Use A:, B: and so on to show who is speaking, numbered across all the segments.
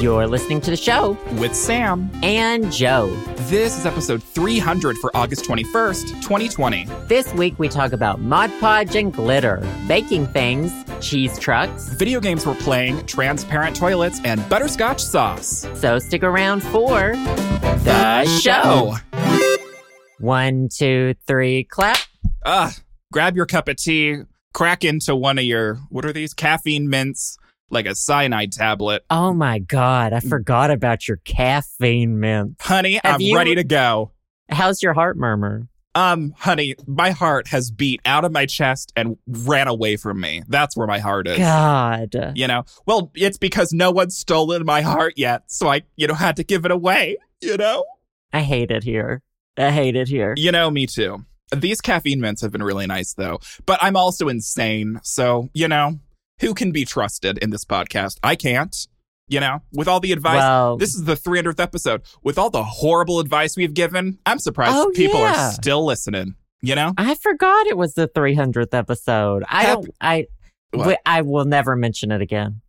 A: You're listening to the show
B: with Sam.
A: and Joe.
B: This is episode 300 for August 21st, 2020.
A: This week we talk about Mod Podge and glitter, baking things, cheese trucks.
B: Video games we're playing, transparent toilets, and butterscotch sauce.
A: So stick around for the show. One, two, three, clap.
B: Ugh. Grab your cup of tea, crack into one of your, what are these? Caffeine mints, like a cyanide tablet.
A: Oh my God, I forgot about your caffeine mint.
B: Honey,
A: Have
B: I'm
A: you-
B: ready to go.
A: How's your heart murmur?
B: Um, honey, my heart has beat out of my chest and ran away from me. That's where my heart is.
A: God.
B: You know, well, it's because no one's stolen my heart yet, so I, you know, had to give it away, you know?
A: I hate it here. I hate it here.
B: You know, me too. These caffeine mints have been really nice, though. But I'm also insane. So, you know, who can be trusted in this podcast? I can't. You know, with all the advice,
A: Well,
B: this is the 300th episode. With all the horrible advice we've given, I'm surprised
A: Oh,
B: people
A: yeah.
B: are still listening. You know?
A: I forgot it was the 300th episode. I
B: Hap-
A: don't, I,
B: What?
A: wi- I will never mention it again.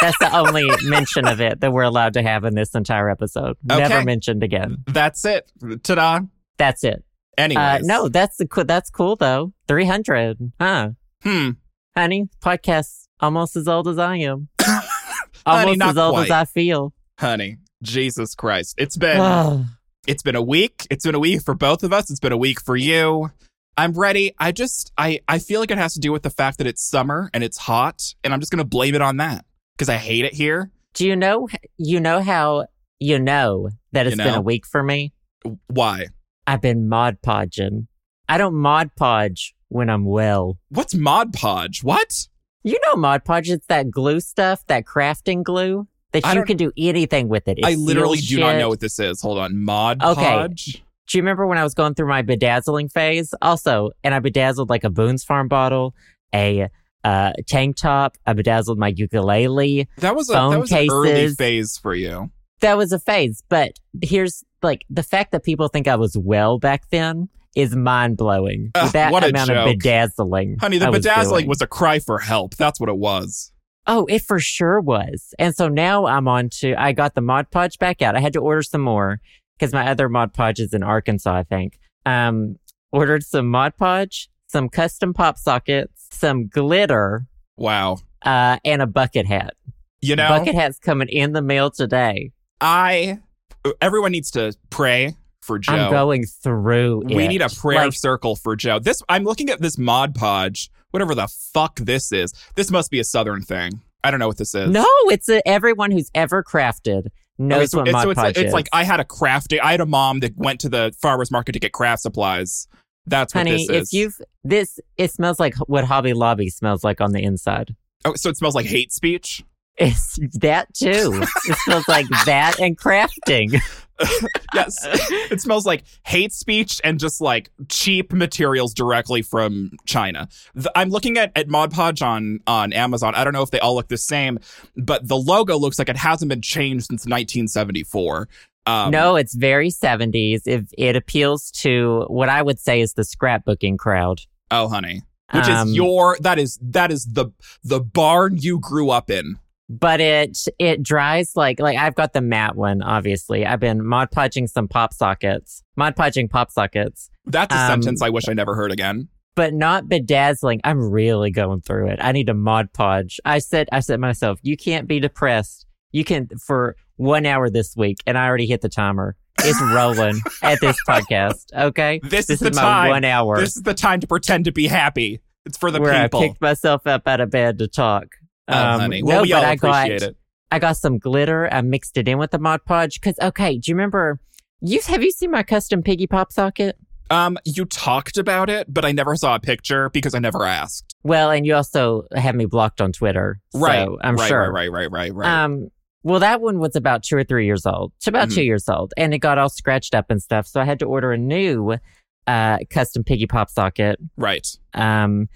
A: That's the only mention of it that we're allowed to have in this entire episode. Never
B: Okay.
A: mentioned again.
B: That's it. Ta da.
A: That's it. Uh,
B: Anyways.
A: no, that's the cool. That's cool though. 300, huh?
B: Hmm.
A: Honey, podcast's almost as old as I am. almost
B: not
A: as old as
B: quite.
A: I feel.
B: Honey. Jesus Christ. It's been.
A: Ugh.
B: it's been a week. It's been a week for both of us. It's been a week for you. I'm ready. I just I I feel like it has to do with the fact that it's summer and it's hot, and I'm just gonna blame it on that because I hate it here.
A: Do you know? You know how you know that
B: You
A: it's been
B: know?
A: a week for me.
B: Why?
A: I've been mod podging. I don't mod podge when I'm well.
B: What's Mod Podge? What?
A: You know mod podge, it's that glue stuff, that crafting glue that
B: I
A: you
B: don't-
A: can do anything with it. It
B: I literally
A: seals
B: do not
A: shit.
B: know what this is. Hold on, Mod
A: Okay.
B: Podge.
A: Do you remember when I was going through my bedazzling phase? Also, and I bedazzled like a Boone's Farm bottle, a uh, tank top. I bedazzled my ukulele.
B: That was a
A: Phone
B: that was an early
A: cases.
B: phase for you.
A: That was a phase. But here's like the fact that people think I was well back then is mind blowing.
B: Ugh,
A: That
B: what a
A: amount of
B: joke.
A: bedazzling.
B: Honey, the
A: I was
B: bedazzling
A: doing.
B: was a cry for help. That's what it was.
A: Oh, it for sure was. And so now I'm on to, I got the Mod Podge back out. I had to order some more because my other Mod Podge is in Arkansas, I think. Um, ordered some Mod Podge, some custom pop sockets, some glitter,
B: Wow.
A: uh, and a bucket hat.
B: You know,
A: Bucket hat's coming in the mail today.
B: I everyone needs to pray for Joe.
A: I'm going through
B: We
A: it.
B: need a prayer
A: Like,
B: circle for Joe. This I'm looking at this Mod Podge, whatever the fuck this is. This must be a Southern thing. I don't know what this is.
A: no, it's a, everyone who's ever crafted knows
B: Okay, so
A: what
B: it's,
A: Mod
B: so it's,
A: Podge
B: it's
A: is.
B: like I had a craft. I had a mom that went to the farmers market to get craft supplies. That's what
A: Honey,
B: this
A: if
B: is.
A: you've, this, it smells like what Hobby Lobby smells like on the inside.
B: oh, so it smells like hate speech.
A: It's that too. it smells like that and crafting.
B: Yes, it smells like hate speech and just like cheap materials directly from China. The- I'm looking at, at Mod Podge on on Amazon. I don't know if they all look the same, but the logo looks like it hasn't been changed since 1974. Um,
A: no, it's very 70s. It, it appeals to what I would say is the scrapbooking crowd.
B: Oh, honey. Which
A: Um,
B: is your that is that is the the barn you grew up in.
A: But it it dries like like I've got the matte one. Obviously, I've been mod podging some pop sockets, mod podging pop sockets,
B: That's a
A: Um,
B: sentence I wish I never heard again.
A: but not bedazzling. I'm really going through it. I need to mod podge. I said I said to myself, you can't be depressed. You can for one hour this week, and I already hit the timer. It's rolling at this podcast. Okay,
B: This,
A: this
B: is the
A: is my
B: time.
A: one hour
B: This is the time to pretend to be happy. It's for the
A: where
B: people.
A: I picked myself up out of bed to talk.
B: oh, honey. Well,
A: um, no,
B: we
A: but
B: all
A: I got
B: appreciate it.
A: I got some glitter. I mixed it in with the Mod Podge because okay, do you remember? You have you seen my custom piggy pop socket?
B: Um, you talked about it, but I never saw a picture because I never asked.
A: Well, and you also have me blocked on Twitter, so
B: Right.
A: I'm
B: right,
A: sure.
B: right, right, right, right, right.
A: Um, well, that one was about two or three years old. It's about
B: Mhm.
A: two years old, and it got all scratched up and stuff. So I had to order a new uh, custom piggy pop socket.
B: right.
A: Um,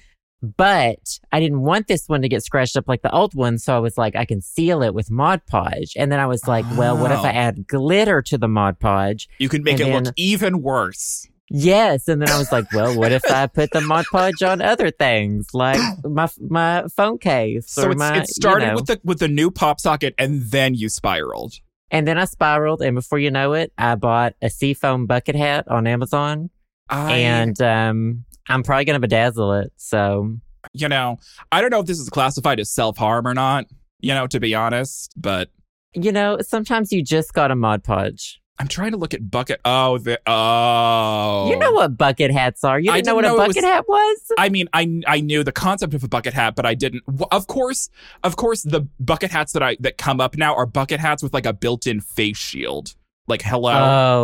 A: but I didn't want this one to get scratched up like the old one, so I was like, I can seal it with Mod Podge. And then I was like, well, what if
B: Oh.
A: I add glitter to the Mod Podge?
B: You can make
A: and
B: it
A: then-
B: look even worse.
A: Yes, and then I was like, "Well, what if I put the Mod Podge on other things, like my my phone case
B: So
A: or
B: it's,
A: my?"
B: it started
A: you know.
B: with the with the new pop socket, and then you spiraled.
A: and then I spiraled, and before you know it, I bought a seafoam bucket hat on Amazon,
B: I,
A: and um, I'm probably gonna bedazzle it. So
B: you know, I don't know if this is classified as self harm or not. You know, to be honest, but
A: you know, sometimes you just got a Mod Podge.
B: I'm trying to look at bucket. Oh, the oh,
A: You know what bucket hats are. You
B: I
A: didn't, know what
B: didn't
A: a
B: know it
A: bucket
B: was-
A: hat was.
B: I mean, I I knew the concept of a bucket hat, but I didn't. w- Of course, of course, the bucket hats that I that come up now are bucket hats with like a built-in face shield. Like, hello,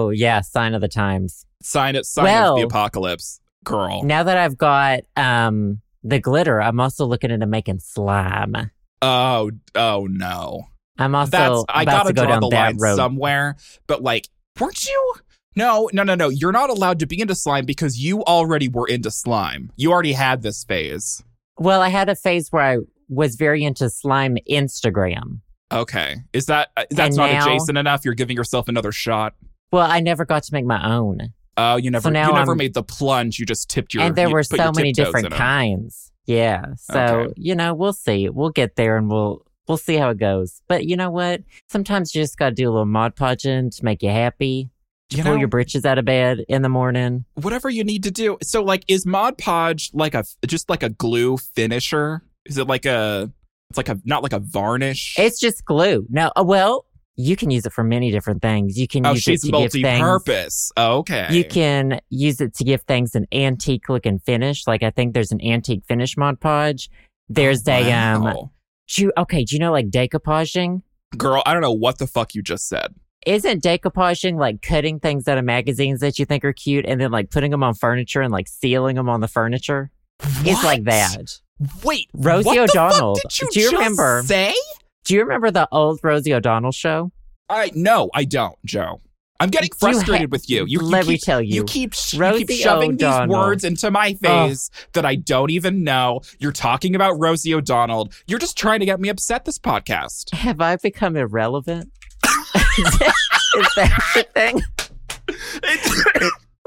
A: Oh yeah, sign of the times.
B: sign it, sign of
A: well-
B: the apocalypse, girl.
A: Now that I've got um the glitter, I'm also looking into making slime.
B: Oh, oh no,
A: I'm also
B: that's I
A: about
B: gotta
A: to go
B: draw
A: down
B: the
A: that
B: line
A: road.
B: somewhere. But like, weren't you? No, no, no, no. You're not allowed to be into slime because you already were into slime. You already had this phase.
A: Well, I had a phase where I was very into slime Instagram.
B: Okay, is that uh,
A: And
B: that's not
A: now-
B: adjacent enough? You're giving yourself another shot.
A: Well, I never got to make my own,
B: Oh, you never
A: So now
B: you never
A: I'm-
B: made the plunge. You just tipped your
A: and there
B: you
A: were
B: put your
A: so many
B: tiptoes
A: different
B: in 'em.
A: kinds. Yeah, so
B: Okay.
A: you know, we'll see. We'll get there, and we'll we'll see how it goes. But you know what? Sometimes you just gotta do a little mod podging to make you happy.
B: You
A: pull
B: know,
A: your britches out of bed in the morning.
B: whatever you need to do. So, like, is Mod Podge like a just like a glue finisher? Is it like a? It's like a not like a varnish.
A: It's just glue. No, uh, well, you can use it for many different things. You can
B: oh,
A: use
B: she's
A: it to give things.
B: multi-purpose. Oh, okay.
A: You can use it to give things an antique look and finish. Like I think there's an antique finish Mod Podge. There's a um.
B: Oh, Wow.
A: Do you- okay, do you know like decoupaging?
B: Girl, I don't know what the fuck you just said.
A: Isn't decoupaging like cutting things out of magazines that you think are cute and then like putting them on furniture and like sealing them on the furniture? It's like
B: What?
A: that.
B: Wait,
A: Rosie
B: what
A: O'Donnell,
B: The fuck did you
A: do you
B: just
A: remember-
B: Say,
A: Do you remember the old Rosie O'Donnell show?
B: I no, I don't, Joe. I'm getting
A: You ha-
B: frustrated with you. You, you
A: Let me
B: keep
A: tell you.
B: You keep, sh- you
A: Rosie oh,
B: keep shoving
A: O'Donnell.
B: these words into my
A: Oh.
B: face that I don't even know. You're talking about Rosie O'Donnell. You're just trying to get me upset this podcast.
A: Have I become irrelevant? Is that the thing?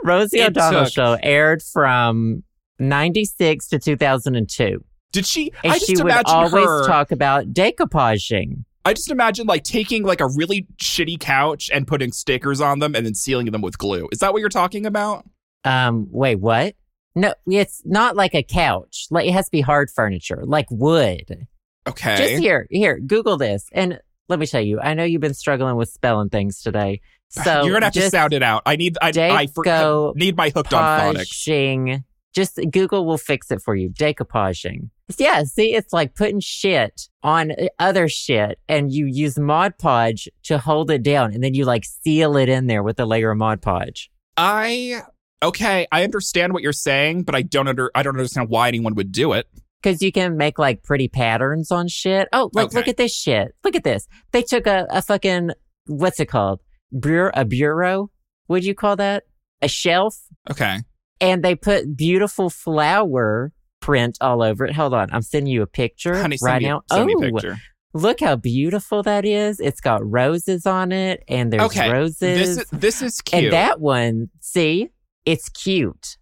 A: Rosie
B: It
A: O'Donnell
B: took-
A: show aired from 96 to 2002.
B: Did she?
A: And
B: I
A: she
B: just
A: would
B: imagine
A: always
B: her.
A: talk about decoupaging.
B: I just imagine like taking like a really shitty couch and putting stickers on them and then sealing them with glue. Is that what you're talking about?
A: Um, wait, what? No, it's not like a couch. Like it has to be hard furniture, like wood.
B: Okay.
A: Just here, here, Google this. And let me tell you, I know you've been struggling with spelling things today. So
B: you're gonna have to
A: just
B: sound it out. I need. I, I for,
A: deco-
B: need my hooked on phonics.
A: Decoupaging. Just Google will fix it for you. Decoupaging. Yeah, see, it's like putting shit on uh, other shit, and you use Mod Podge to hold it down, and then you like seal it in there with a layer of Mod Podge.
B: I okay. I understand what you're saying, but I don't under. I don't understand why anyone would do it.
A: Because you can make like pretty patterns on shit. Oh, like look
B: Okay.
A: at this shit. Look at this. They took a, a fucking what's it called? Bureau a bureau? Would you call that a shelf?
B: Okay.
A: And they put beautiful flower print all over it. Hold on, I'm sending you a picture
B: Honey, send
A: right
B: me,
A: now.
B: send
A: oh,
B: me a picture.
A: look how beautiful that is! It's got roses on it, and there's
B: Okay,
A: roses.
B: This is this is cute.
A: And that one, see, it's cute.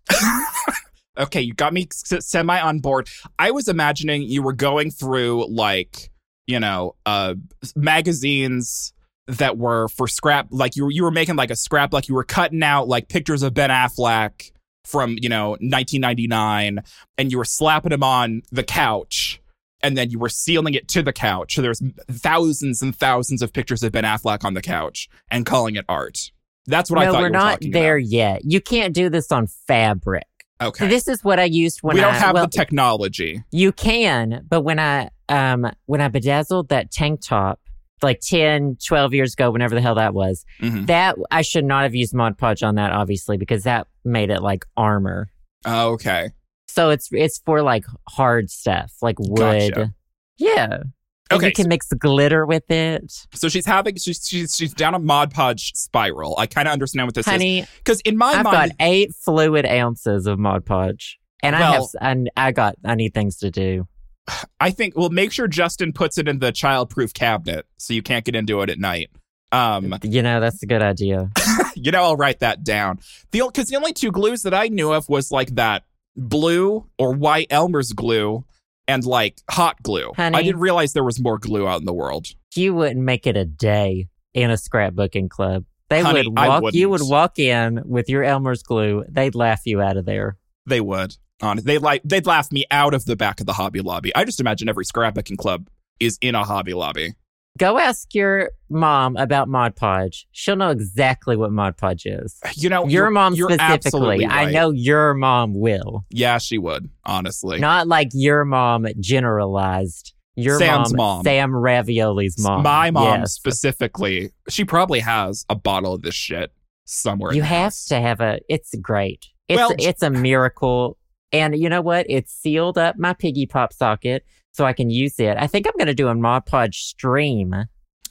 B: okay, you got me s- semi on board. I was imagining you were going through like you know uh magazines that were for scrap like you were, you were making like a scrap like you were cutting out like pictures of Ben Affleck from you know 1999 and you were slapping him on the couch and then you were sealing it to the couch so there's thousands and thousands of pictures of Ben Affleck on the couch and calling it art that's what I
A: no,
B: thought
A: we're
B: you were
A: not
B: talking
A: there yet. You can't do this on fabric.
B: about
A: So
B: okay
A: This is what I used when
B: we don't
A: I,
B: have
A: well,
B: the technology.
A: you can, but when I um when I bedazzled that tank top like 10, 12 years ago, whenever the hell that was,
B: Mhm.
A: that I should not have used Mod Podge on that, obviously, because that made it like armor.
B: Oh, okay.
A: So it's it's for like hard stuff, like wood.
B: Gotcha.
A: Yeah. And
B: Okay,
A: you can mix glitter with it.
B: So she's having she's she's, she's down a Mod Podge spiral. I kind of understand what this is
A: Honey,
B: because in my
A: I've got
B: mind,
A: eight fluid ounces of Mod Podge. And I have,
B: Well-
A: and I got, I need things to do.
B: I think well, make sure Justin puts it in the
A: Mm.
B: childproof cabinet so you can't get into it at night. Um,
A: You know, that's a good idea.
B: you know, I'll write that down. The because the only two glues that I knew of was like that blue or white Elmer's glue and like hot glue.
A: Honey.
B: I didn't realize there was more glue out in the world.
A: You wouldn't make it a day in a scrapbooking club. They
B: Honey,
A: would
B: I
A: walk. You would
B: wouldn't.
A: walk in with your Elmer's glue. They'd laugh you out of there.
B: They would. On they like they'd laugh me out of the back of the Hobby Lobby. I just imagine every scrapbooking club is in a Hobby Lobby.
A: Go ask your mom about Mod Podge. She'll know exactly what Mod Podge is.
B: You know,
A: Your
B: Oh, you're-
A: mom
B: you're
A: specifically.
B: absolutely
A: I
B: right.
A: know your mom will.
B: Yeah, she would. Honestly,
A: Not like your mom generalized. Your
B: Sam's mom.
A: Sam Ravioli's mom.
B: my mom
A: Yes.
B: specifically. She probably has a bottle of this shit somewhere. in
A: You
B: the
A: have
B: house.
A: to have a. It's great. It's
B: Well, j-
A: it's a miracle, and you know what? It's sealed up my piggy pop socket, so I can use it. I think I'm gonna do a Mod Podge stream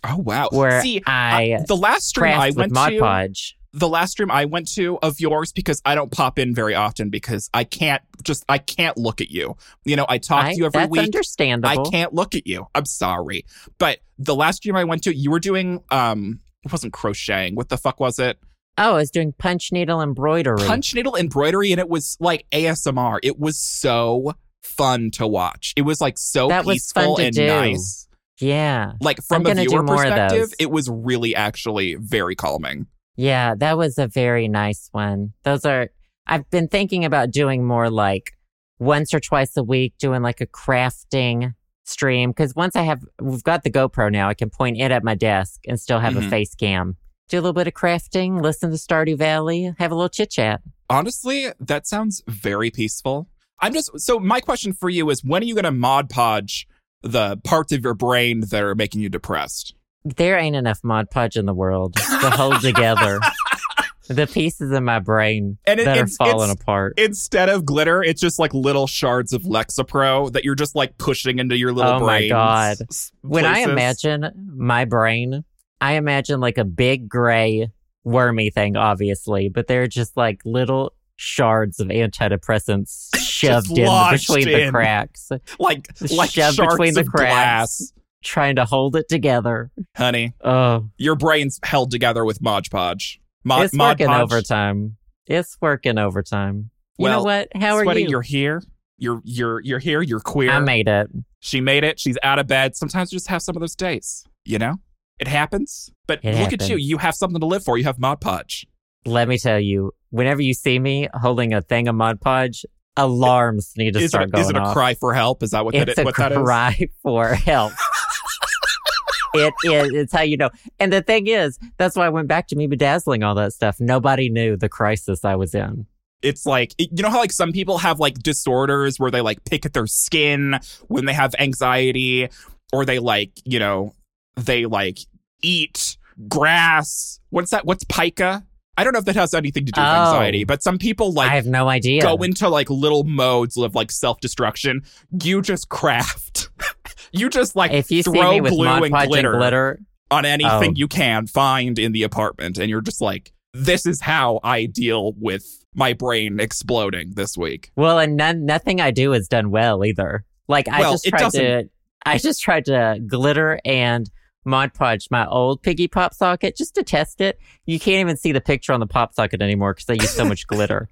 B: Oh wow.
A: where
B: See,
A: I,
B: the last stream I
A: craft with
B: went
A: Mod
B: to,
A: Podge.
B: the last stream I went to of yours because I don't pop in very often because I can't just I can't look at you. You know, I talk
A: I-
B: to you every
A: that's
B: week. I
A: understandable.
B: can't look at you. I'm sorry. But the last stream I went to, you were doing um it wasn't crocheting. What the fuck was it?
A: Oh, I was doing punch needle embroidery.
B: Punch needle embroidery and it was like ASMR. It was so fun to watch. It was like so
A: That was fun
B: peaceful
A: to
B: and
A: do.
B: nice.
A: yeah,
B: Like from a
A: gonna do
B: viewer
A: more of
B: perspective,
A: those.
B: it was really actually very calming.
A: yeah, that was a very nice one. Those are. I've been thinking about doing more like once or twice a week, doing like a crafting stream because once I have, we've got the GoPro now. I can point it at my desk and still have a
B: Mhm.
A: face cam. Do a little bit of crafting, listen to Stardew Valley, have a little chit chat.
B: Honestly, that sounds very peaceful. I'm just so my question for you is when are you gonna mod podge the parts of your brain that are making you depressed?
A: There ain't enough Mod Podge in the world to hold together the pieces in my brain
B: And it-
A: that are
B: it's- it's-
A: falling apart.
B: instead of glitter, it's just like little shards of Lexapro that you're just like pushing into your little
A: Oh my
B: brain.
A: God.
B: s-
A: When I
B: places.
A: imagine my brain, I imagine like a big gray wormy thing, obviously, but they're just like little shards of antidepressants shoved in
B: lodged
A: between the
B: in.
A: cracks,
B: like like
A: shoved
B: shards
A: between the
B: of
A: cracks.
B: glass,
A: trying to hold it together.
B: honey.
A: Oh,
B: Your brain's held together with Mod Podge. Mod,
A: it's
B: Mod
A: working
B: Podge.
A: overtime. It's working overtime. You know
B: Well,
A: what? How are
B: Sweaty,
A: you?
B: You're here. You're you're you're here. You're queer.
A: I made it.
B: she made it. She's out of bed. Sometimes you just have some of those days. You know, it happens. But
A: It
B: look at
A: happens.
B: you. You have something to live for. You have Mod Podge.
A: Let me tell you, whenever you see me holding a thing of Mod Podge, alarms need to
B: Is
A: start
B: it, a-
A: going
B: is it a
A: off.
B: cry for help? Is that what
A: it's
B: that,
A: a
B: what that is?
A: cry for help. it is. It's how you know. And the thing is, that's why I went back to me bedazzling all that stuff. Nobody knew the crisis I was in.
B: it's like you know how like some people have like disorders where they like pick at their skin when they have anxiety or they like you know they like eat grass what's that what's pica i don't know if that has anything to do with
A: Oh.
B: anxiety but some people
A: I
B: like
A: have no idea.
B: go into like little modes of like self-destruction you just craft you just like
A: if you see
B: throw
A: me with
B: glue
A: Mod
B: and
A: Podge
B: glitter,
A: and glitter,
B: on anything
A: Oh.
B: you can find in the apartment and you're just like this is how i deal with my brain exploding this week
A: well, and none, nothing I do is done well either. Like I
B: Well,
A: just
B: it
A: tried to, I just tried to glitter and Mod Podge my old piggy pop socket just to test it. You can't even see the picture on the pop socket anymore because I use so much glitter.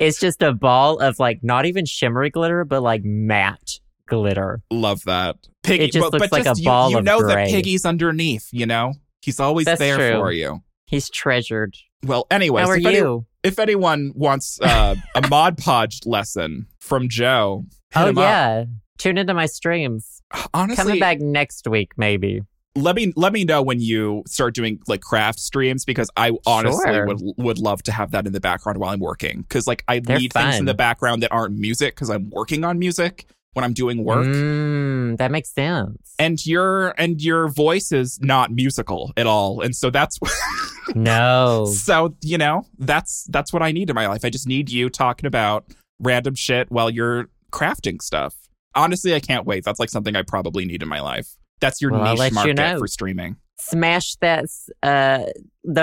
A: It's just a ball of like not even shimmery glitter, but like matte glitter.
B: Love that. Piggy,
A: It just
B: but,
A: looks
B: but
A: like
B: just
A: a
B: you-
A: ball
B: you,
A: of
B: know
A: gray.
B: that Piggy's underneath, you know? He's always
A: That's
B: there
A: true.
B: for you.
A: He's treasured.
B: Well, anyways,
A: How are
B: if, any-
A: you?
B: if anyone wants uh, a Mod Podge lesson from Joe, hit
A: oh
B: him up.
A: yeah, tune into my streams.
B: Honestly,
A: Coming back next week, maybe.
B: let me let me know when you start doing like craft streams because I honestly
A: Sure.
B: would would love to have that in the background while I'm working because like I
A: They're
B: need things
A: fun.
B: in the background that aren't music because I'm working on music when I'm doing work.
A: Mm, that makes sense.
B: And your and your voice is not musical at all, and so that's
A: no,
B: So you know that's that's what I need in my life. I just need you talking about random shit while you're crafting stuff. Honestly, I can't wait. That's like something I probably need in my life. That's your
A: Well, I'll let
B: niche
A: you
B: market
A: know.
B: for streaming.
A: smash that uh,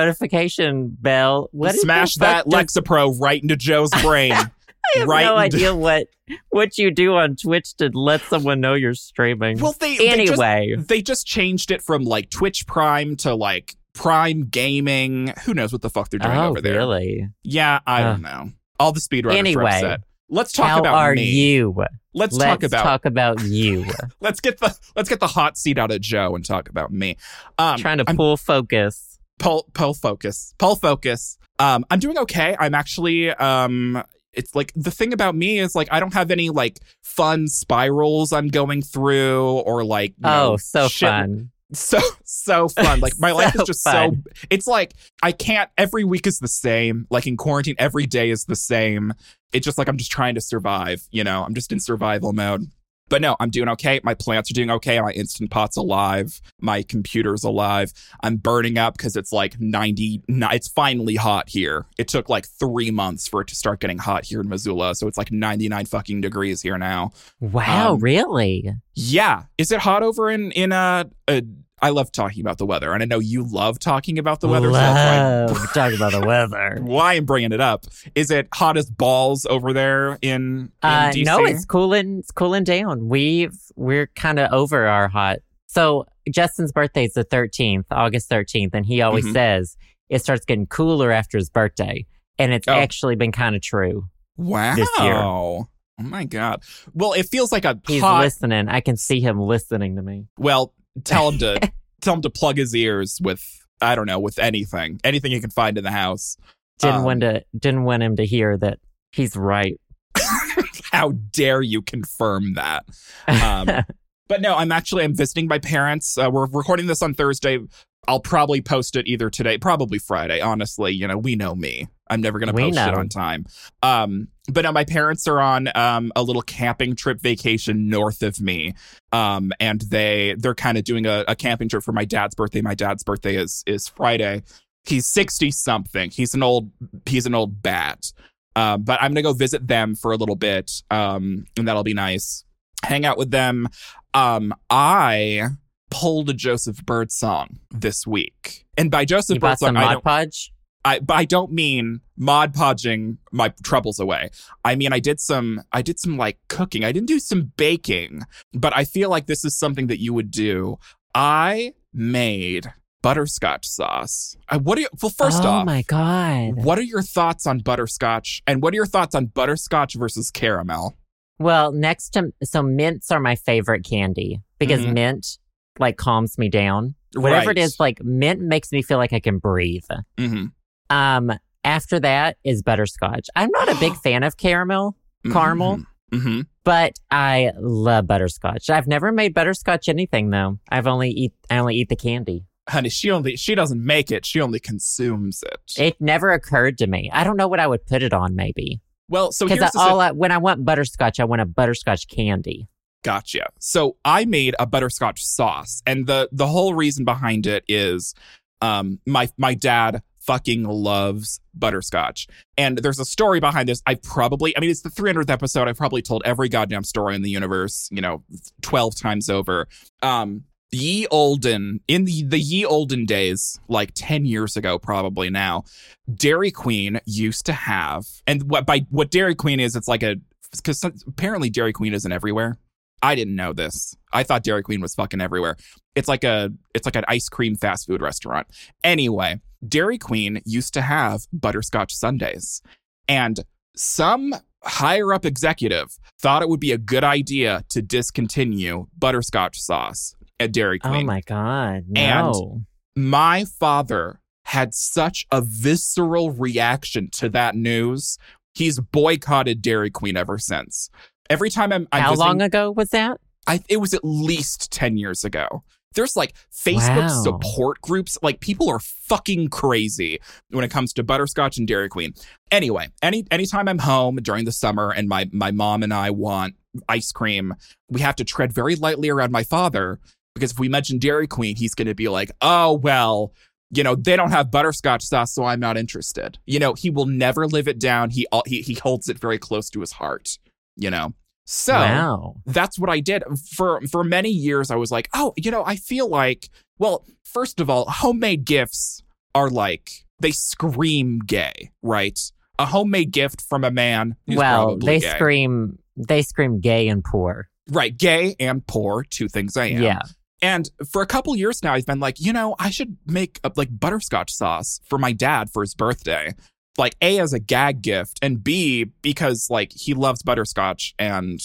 A: notification bell. What is
B: Smash
A: the
B: that
A: fuck does-
B: Lexapro right into Joe's brain.
A: I have
B: right
A: no
B: into-
A: idea what what you do on Twitch to let someone know you're streaming.
B: well, they they just-
A: anyway,
B: they just changed it from like Twitch Prime to like Prime Gaming. Who knows what the fuck they're doing
A: oh,
B: over there?
A: really?
B: Yeah, I
A: Ugh.
B: don't know. All the speedrunners
A: Anyway,
B: are upset. Let's talk
A: How
B: about
A: are
B: me.
A: you?
B: Let's, talk about
A: you.
B: let's get the let's get the hot seat out of Joe and talk about me. Um,
A: Trying to
B: I'm
A: pull focus.
B: pull pull focus pull focus um i'm doing okay i'm actually um it's like the thing about me is like i don't have any like fun spirals i'm going through or like you know,
A: oh, so
B: shit-
A: fun.
B: so so fun like my life is
A: So
B: just
A: fun.
B: so it's like i can't every week is the same like in quarantine every day is the same it's just like i'm just trying to survive you know i'm just in survival mode but no i'm doing okay my plants are doing okay my instant pot's alive my computer's alive i'm burning up because it's like 90 no, it's finally hot here it took like three months for it to start getting hot here in missoula so it's like 99 fucking degrees here now
A: Wow,
B: um,
A: really?
B: yeah. Is it hot over in in uh, uh I love talking about the weather, and I know you love talking about the weather. so that's
A: Love talking about the
B: why,
A: weather.
B: I'm, why I'm bringing it up. Is it hot as balls over there in, in
A: Uh,
B: DC?
A: no, it's cooling. It's cooling down. We've we're kind of over our hot. So Justin's birthday is the thirteenth, August thirteenth, and he always
B: Mhm.
A: says it starts getting cooler after his birthday, and it's
B: Oh.
A: actually been kind of true.
B: wow.
A: this year.
B: Oh my god. Well, it feels like a
A: He's
B: hot.
A: listening. I can see him listening to me.
B: well, tell him to tell him to plug his ears with I don't know with anything, anything he can find in the house.
A: Didn't
B: Um,
A: want to. Didn't want him to hear that he's right.
B: How dare you confirm that? Um, but no, I'm actually I'm visiting my parents. Uh, we're recording this on Thursday. I'll probably post it either today, probably Friday. Honestly, you know, we know me. I'm never gonna
A: We
B: post it
A: know.
B: on time. Um, but no, my parents are on um, a little camping trip vacation north of me, um, and they they're kind of doing a, a camping trip for my dad's birthday. My dad's birthday is is Friday. He's sixty something. He's an old he's an old bat. Um, but I'm gonna go visit them for a little bit, um, and that'll be nice. Hang out with them. Um, I pulled a Joseph Bird song this week, and by Joseph
A: you
B: Bird
A: bought some
B: song, I
A: Mod
B: don't,
A: Podge.
B: I, but I don't mean mod podging my troubles away. I mean I did some, I did some like cooking. I didn't do some baking, but I feel like this is something that you would do. I made butterscotch sauce. I, what do you? Well, first
A: oh
B: off,
A: my god.
B: what are your thoughts on butterscotch? And what are your thoughts on butterscotch versus caramel?
A: Well, next to so mints are my favorite candy because
B: Mhm.
A: mint like calms me down. Whatever it is, like mint makes me feel like I can breathe.
B: Mhm.
A: Um, after that is butterscotch. I'm not a big fan of caramel, Caramel?
B: Mhm. Mhm.
A: but I love butterscotch. I've never made butterscotch anything though. I've only eat I only eat the candy.
B: Honey, she only she doesn't make it. She only consumes it.
A: It never occurred to me. I don't know what I would put it on maybe
B: well, so here's
A: because
B: the si-
A: all I, when I want butterscotch, I want a butterscotch candy.
B: Gotcha. So I made a butterscotch sauce, and the the whole reason behind it is, um, my my dad fucking loves butterscotch, and there's a story behind this. I probably, I mean, it's the 300th episode. I've probably told every goddamn story in the universe, you know, 12 times over. Um, ye olden in the the ye olden days, like 10 years ago, probably now. Dairy Queen used to have, and what by what Dairy Queen is, it's like a because apparently Dairy Queen isn't everywhere. I didn't know this. I thought Dairy Queen was fucking everywhere. It's like a it's like an ice cream fast food restaurant. Anyway, Dairy Queen used to have butterscotch sundaes, and some higher up executive thought it would be a good idea to discontinue butterscotch sauce at Dairy Queen
A: Oh my god,
B: And-
A: no.
B: my father had such a visceral reaction to that news. He's boycotted Dairy Queen ever since. Every time I'm, I'm
A: How
B: visiting-
A: long ago was that?
B: I, it was at least 10 years ago. There's like Facebook
A: Wow.
B: support groups. Like people are fucking crazy when it comes to butterscotch and Dairy Queen. Anyway, any anytime I'm home during the summer and my my mom and I want ice cream, we have to tread very lightly around my father because if we mention Dairy Queen, he's going to be like, "Oh well." You know they don't have butterscotch sauce, so I'm not interested. You know he will never live it down. He al- he he holds it very close to his heart. You know, so
A: wow.
B: that's what I did for for many years. I was like, oh, you know, I feel like, well, first of all, homemade gifts are like they scream gay, right? A homemade gift from a man. Is
A: well,
B: probably
A: they
B: gay.
A: scream they scream gay and poor.
B: right, gay and poor, two things I am.
A: Yeah.
B: And for a couple years now, I've been like, you know, I should make a, like butterscotch sauce for my dad for his birthday. Like A as a gag gift, and B because like he loves butterscotch and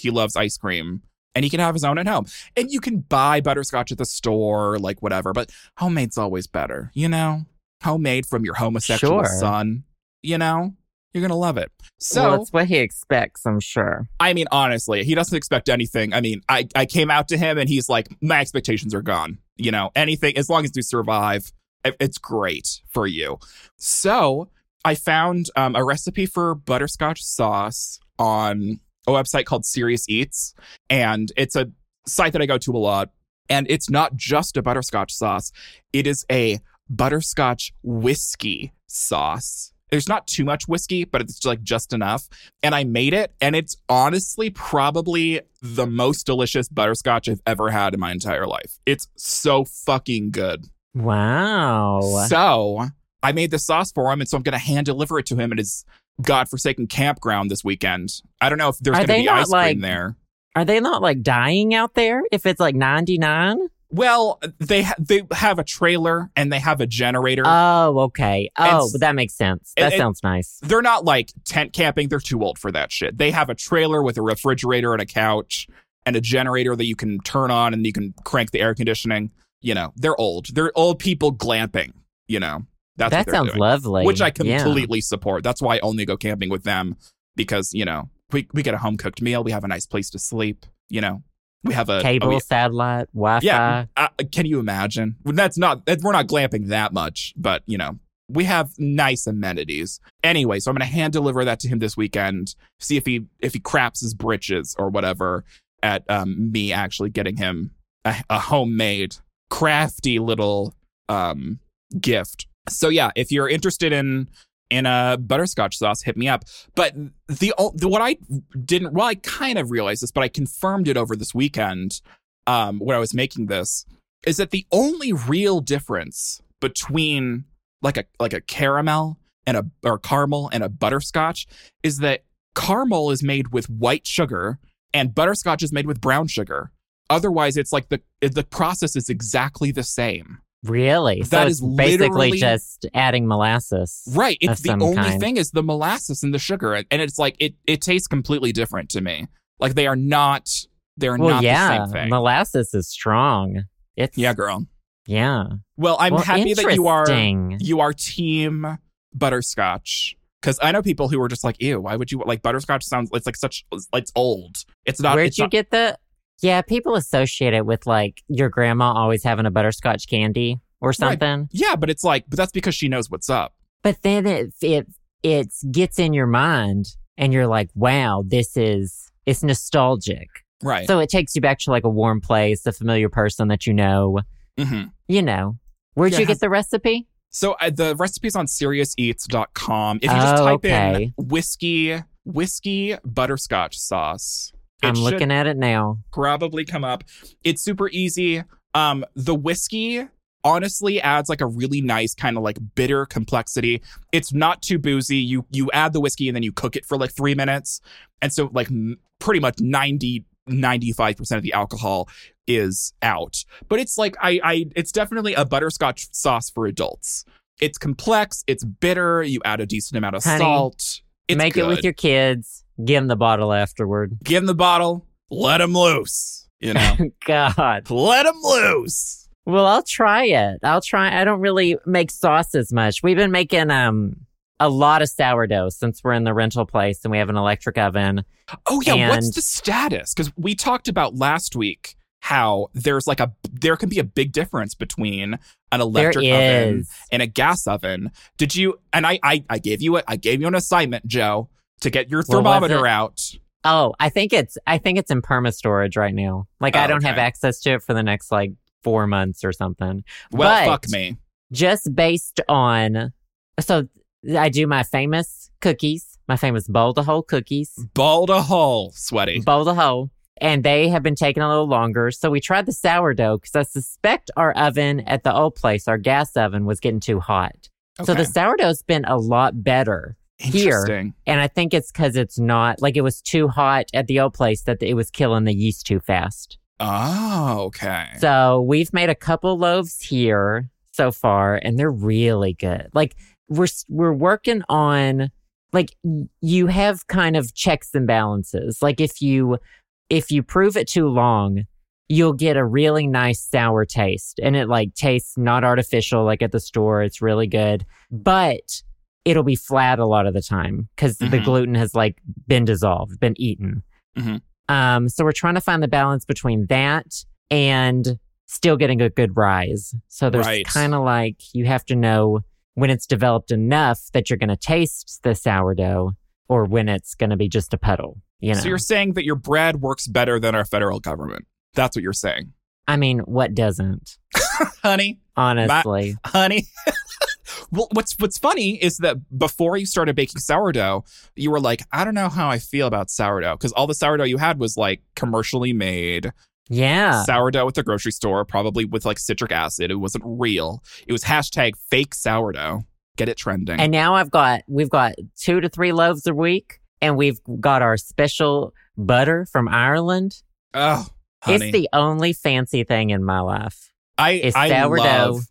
B: he loves ice cream, and he can have his own at home. And you can buy butterscotch at the store, like whatever. But homemade's always better, you know. Homemade from your homosexual
A: Sure.
B: son, you know. You're gonna love it. So
A: well, it's what he expects, I'm sure.
B: I mean, honestly, he doesn't expect anything. I mean, I, I came out to him and he's like, my expectations are gone. You know, anything, as long as you survive, it- it's great for you. So I found um, a recipe for butterscotch sauce on a website called Serious Eats. And it's a site that I go to a lot. And it's not just a butterscotch sauce, it is a butterscotch whiskey sauce. There's not too much whiskey, but it's like just enough and I made it, and it's honestly probably the most delicious butterscotch I've ever had in my entire life. It's so fucking good.
A: Wow.
B: So I made the sauce for him, and so I'm gonna hand deliver it to him at his godforsaken campground this weekend. I don't know if there's
A: Are
B: gonna
A: they
B: be
A: not,
B: ice cream
A: like-
B: there.
A: Are they not like dying out there if it's like 99?
B: Well, they ha- they have a trailer and they have a generator.
A: Oh, okay.
B: And
A: Oh,
B: s-
A: but that makes sense. That
B: and-
A: sounds nice.
B: they're not like tent camping. They're too old for that shit. They have a trailer with a refrigerator and a couch and a generator that you can turn on and you can crank the air conditioning. You know, they're old. They're old people glamping. You know, that's what
A: that
B: they're
A: sounds
B: doing,
A: lovely.
B: which I
A: Yeah.
B: completely support. That's why I only go camping with them because you know we we get a home cooked meal. We have a nice place to sleep. You know, we have a
A: Cable,
B: oh,
A: satellite, Wi Fi.
B: yeah. Uh, can you imagine? Well, That's not. That, we're not glamping that much, but you know, we have nice amenities. Anyway, so I'm gonna hand deliver that to him this weekend. See if he if he craps his britches or whatever at um, me actually getting him a, a homemade, crafty little um, gift. So yeah, if you're interested in in a butterscotch sauce, hit me up. But the, o- the what I didn't well, I kind of realized this, but I confirmed it over this weekend um, when I was making this is that the only real difference between like a like a caramel and a or caramel and a butterscotch is that caramel is made with white sugar and butterscotch is made with brown sugar. Otherwise, it's like the the process is exactly the same.
A: Really? so
B: That
A: it's
B: is
A: basically
B: literally-
A: just adding molasses.
B: Right.
A: of
B: It's the
A: some
B: only
A: kind.
B: thing is the molasses and the sugar, and and it's like it it tastes completely different to me. Like they are not they're
A: Well,
B: not
A: yeah.
B: the same thing.
A: Molasses is strong. It's,
B: yeah, girl.
A: Yeah.
B: Well, I'm
A: Well,
B: happy that you are
A: interesting.
B: you are team butterscotch because I know people who are just like, ew, why would you like butterscotch? Sounds it's like such it's old. It's not.
A: Where'd
B: it's
A: you
B: not-
A: get that? Yeah, people associate it with like your grandma always having a butterscotch candy or something.
B: yeah, but it's like, but that's because she knows what's up.
A: But then it it it gets in your mind, and you're like, wow, this is it's nostalgic.
B: Right.
A: So it takes you back to like a warm place, a familiar person that you know.
B: hmm
A: You know, where'd
B: Yeah,
A: you
B: it has-
A: get the recipe?
B: So uh, the recipe's on SeriousEats.com. If you just
A: Oh,
B: type
A: okay.
B: in whiskey whiskey butterscotch sauce, it
A: I'm
B: should
A: looking at it now.
B: probably come up. It's super easy. Um, the whiskey honestly adds like a really nice kind of like bitter complexity. It's not too boozy. You you add the whiskey and then you cook it for like three minutes, and so like m- pretty much 90 95 percent of the alcohol is out. But it's like I I it's definitely a butterscotch sauce for adults. It's complex. It's bitter. You add a decent amount of
A: Honey,
B: salt. It's
A: Make it
B: good.
A: with your kids. Give them the bottle afterward.
B: give 'em the bottle. Let them loose. You know.
A: God.
B: Let them loose.
A: Well, I'll try it. I'll try. I don't really make sauce as much. We've been making um a lot of sourdough since we're in the rental place and we have an electric oven.
B: Oh yeah, what's
A: And-
B: the status? Because we talked about last week how there's like a there can be a big difference between an electric
A: there
B: oven
A: is.
B: and a gas oven. Did you? And I I, I gave you it. I gave you an assignment, Joe, to get your
A: What was
B: thermometer
A: it?
B: out.
A: Oh, I think it's I think it's in perma storage right now. Like I
B: Oh,
A: don't have
B: okay.
A: access to it for the next like 4 months or something.
B: Well,
A: But-
B: fuck me.
A: Just based on so I do my famous cookies, my famous bowl to hole cookies.
B: Ball to hole, sweaty.
A: Bowl the hoe. And they have been taking a little longer. So we tried the sourdough because I suspect our oven at the old place, our gas oven, was getting too hot. So
B: Okay.
A: the sourdough's been a lot better. here-
B: Interesting.
A: And I think it's because it's not like it was too hot at the old place that it was killing the yeast too fast.
B: Oh, okay.
A: So we've made a couple loaves here so far, and they're really good. Like we're s- we're working on like y- you have kind of checks and balances. Like if you if you prove it too long, you'll get a really nice sour taste, and it like tastes not artificial like at the store. It's really good, but it'll be flat a lot of the time because the
B: Mhm.
A: gluten has like been dissolved, been eaten.
B: Mhm.
A: Um, so we're trying to find the balance between that and still getting a good rise. So there's
B: Right.
A: kind of like you have to know when it's developed enough that you're going to taste the sourdough, or when it's going to be just a puddle. You know,
B: So you're saying that your bread works better than our federal government. That's what you're saying.
A: I mean, what doesn't?
B: Honey,
A: Honestly,
B: honey. well, what's what's funny is that before you started baking sourdough, you were like, I don't know how I feel about sourdough because all the sourdough you had was like commercially made
A: yeah,
B: sourdough at the grocery store, probably with like citric acid. It wasn't real. It was hashtag fake sourdough. Get it trending.
A: And now I've got we've got two to three loaves a week, and we've got our special butter from Ireland.
B: oh, honey,
A: It's the only fancy thing in my life.
B: I
A: it's
B: I
A: sourdough
B: love.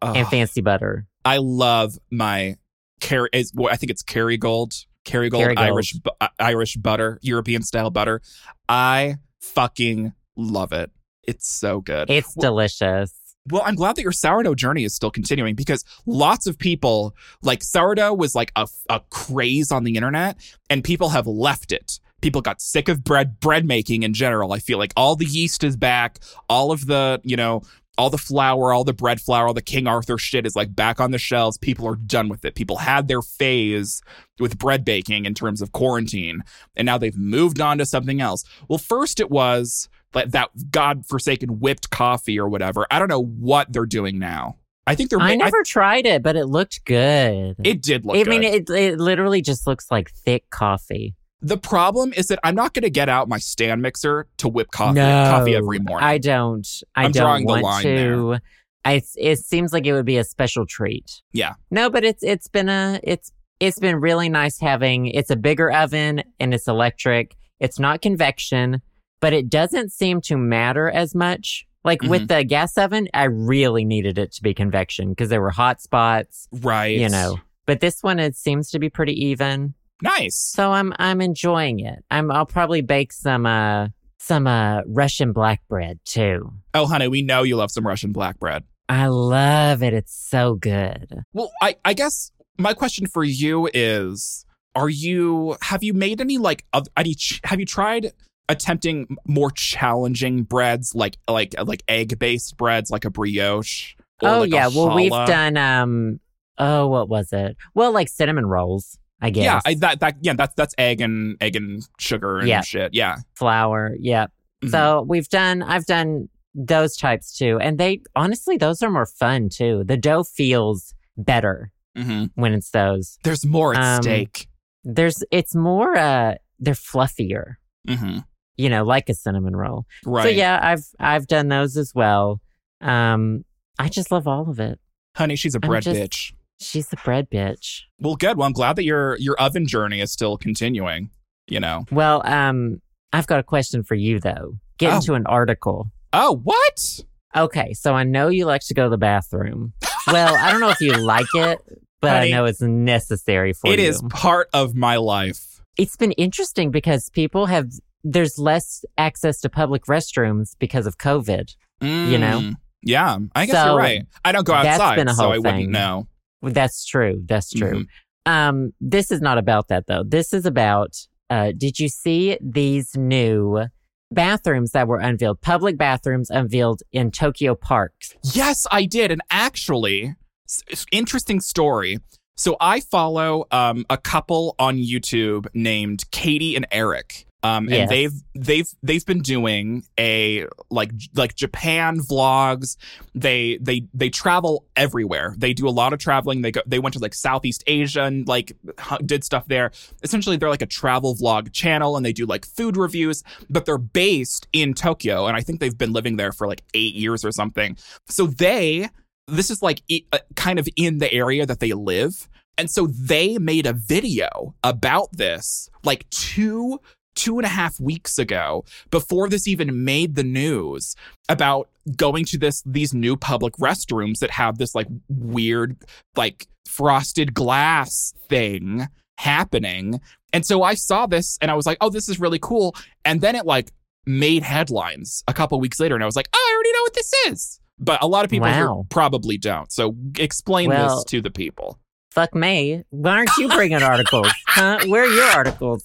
A: And
B: Ugh.
A: fancy butter.
B: I love my Ker- is well, I think it's Kerrygold, Kerrygold,
A: Kerrygold.
B: Irish bu- uh, Irish butter, European style butter. I fucking love it. It's so good.
A: It's
B: Well-
A: delicious.
B: well, I'm glad that your sourdough journey is still continuing because lots of people like sourdough was like a, a craze on the internet and people have left it. People got sick of bread bread making in general. I feel like all the yeast is back, all of the, you know, all the flour, all the bread flour, all the King Arthur shit is like back on the shelves. People are done with it. People had their phase with bread baking in terms of quarantine, and now they've moved on to something else. Well, first it was like that godforsaken whipped coffee or whatever. I don't know what they're doing now. I think they're.
A: I
B: ma-
A: never tried it, but it looked good.
B: it did look.
A: I
B: good.
A: mean, it, it literally just looks like thick coffee.
B: the problem is that I'm not going to get out my stand mixer to whip coffee
A: No,
B: coffee every morning.
A: I don't. I
B: I'm
A: don't
B: drawing the
A: want
B: line
A: to. I, it seems like it would be a special treat.
B: Yeah.
A: No, but it's it's been a it's it's been really nice having. It's a bigger oven and it's electric. It's not convection, but it doesn't seem to matter as much. Like with
B: Mm-hmm.
A: the gas oven, I really needed it to be convection because there were hot spots,
B: right.
A: you know. But this one, it seems to be pretty even.
B: Nice.
A: So I'm I'm enjoying it. I'm I'll probably bake some uh some uh Russian black bread too.
B: Oh, honey, we know you love some Russian black bread.
A: I love it. It's so good.
B: Well, I, I guess my question for you is: Are you have you made any like oth- any ch- have you tried attempting more challenging breads like like like egg based breads like a brioche? or
A: oh
B: like a
A: yeah. Well, we've
B: challah?
A: done um oh what was it? Well, like cinnamon rolls, I guess.
B: Yeah, I, that that yeah that's that's egg and egg and sugar and
A: Yeah.
B: shit. Yeah.
A: flour. Yep.
B: Mhm.
A: So we've done I've done those types too, and they honestly those are more fun too. The dough feels better
B: Mhm.
A: when it's those.
B: There's more at
A: Um,
B: stake.
A: There's it's more uh they're fluffier.
B: hmm
A: You know, like a cinnamon roll.
B: Right.
A: So yeah, I've I've done those as well. Um, I just love all of it.
B: Honey, she's a
A: I'm
B: bread
A: just-
B: bitch.
A: She's the bread bitch.
B: Well, good. Well, I'm glad that your your oven journey is still continuing. You know.
A: Well, um, I've got a question for you though. Get
B: Oh.
A: into an article.
B: Oh, what?
A: Okay, so I know you like to go to the bathroom. well, I don't know if you like it, but
B: Honey,
A: I know it's necessary for
B: It
A: you.
B: is part of my life.
A: It's been interesting because people have there's less access to public restrooms because of COVID.
B: Mm,
A: know?
B: Yeah, I guess
A: So,
B: you're right. I don't go
A: that's
B: outside,
A: been a
B: so
A: whole
B: I wouldn't
A: thing.
B: know.
A: That's true. That's true.
B: Mhm.
A: Um, this is not about that though. This is about uh, did you see these new bathrooms that were unveiled? Public bathrooms unveiled in Tokyo parks.
B: Yes, I did. And actually, s- s- interesting story. So I follow um, a couple on YouTube named Katie and Eric. Um,
A: Yes.
B: and they've they've they've been doing a like j- like Japan vlogs. They they they travel everywhere. They do a lot of traveling. They go they went to like Southeast Asia and like hu- did stuff there. Essentially, they're like a travel vlog channel, and they do like food reviews. But they're based in Tokyo, and I think they've been living there for like eight years or something. So they, this is like i- uh, kind of in the area that they live. And so they made a video about this like two two and a half weeks ago before this even made the news about going to this these new public restrooms that have this like weird like frosted glass thing happening and so i saw this and i was like oh this is really cool and then it like made headlines a couple weeks later and i was like oh i already know what this is but a lot of people here
A: Wow.
B: probably don't so explain this
A: Well,
B: to the people
A: Fuck me. Why aren't you bringing articles? Huh? Where are your articles?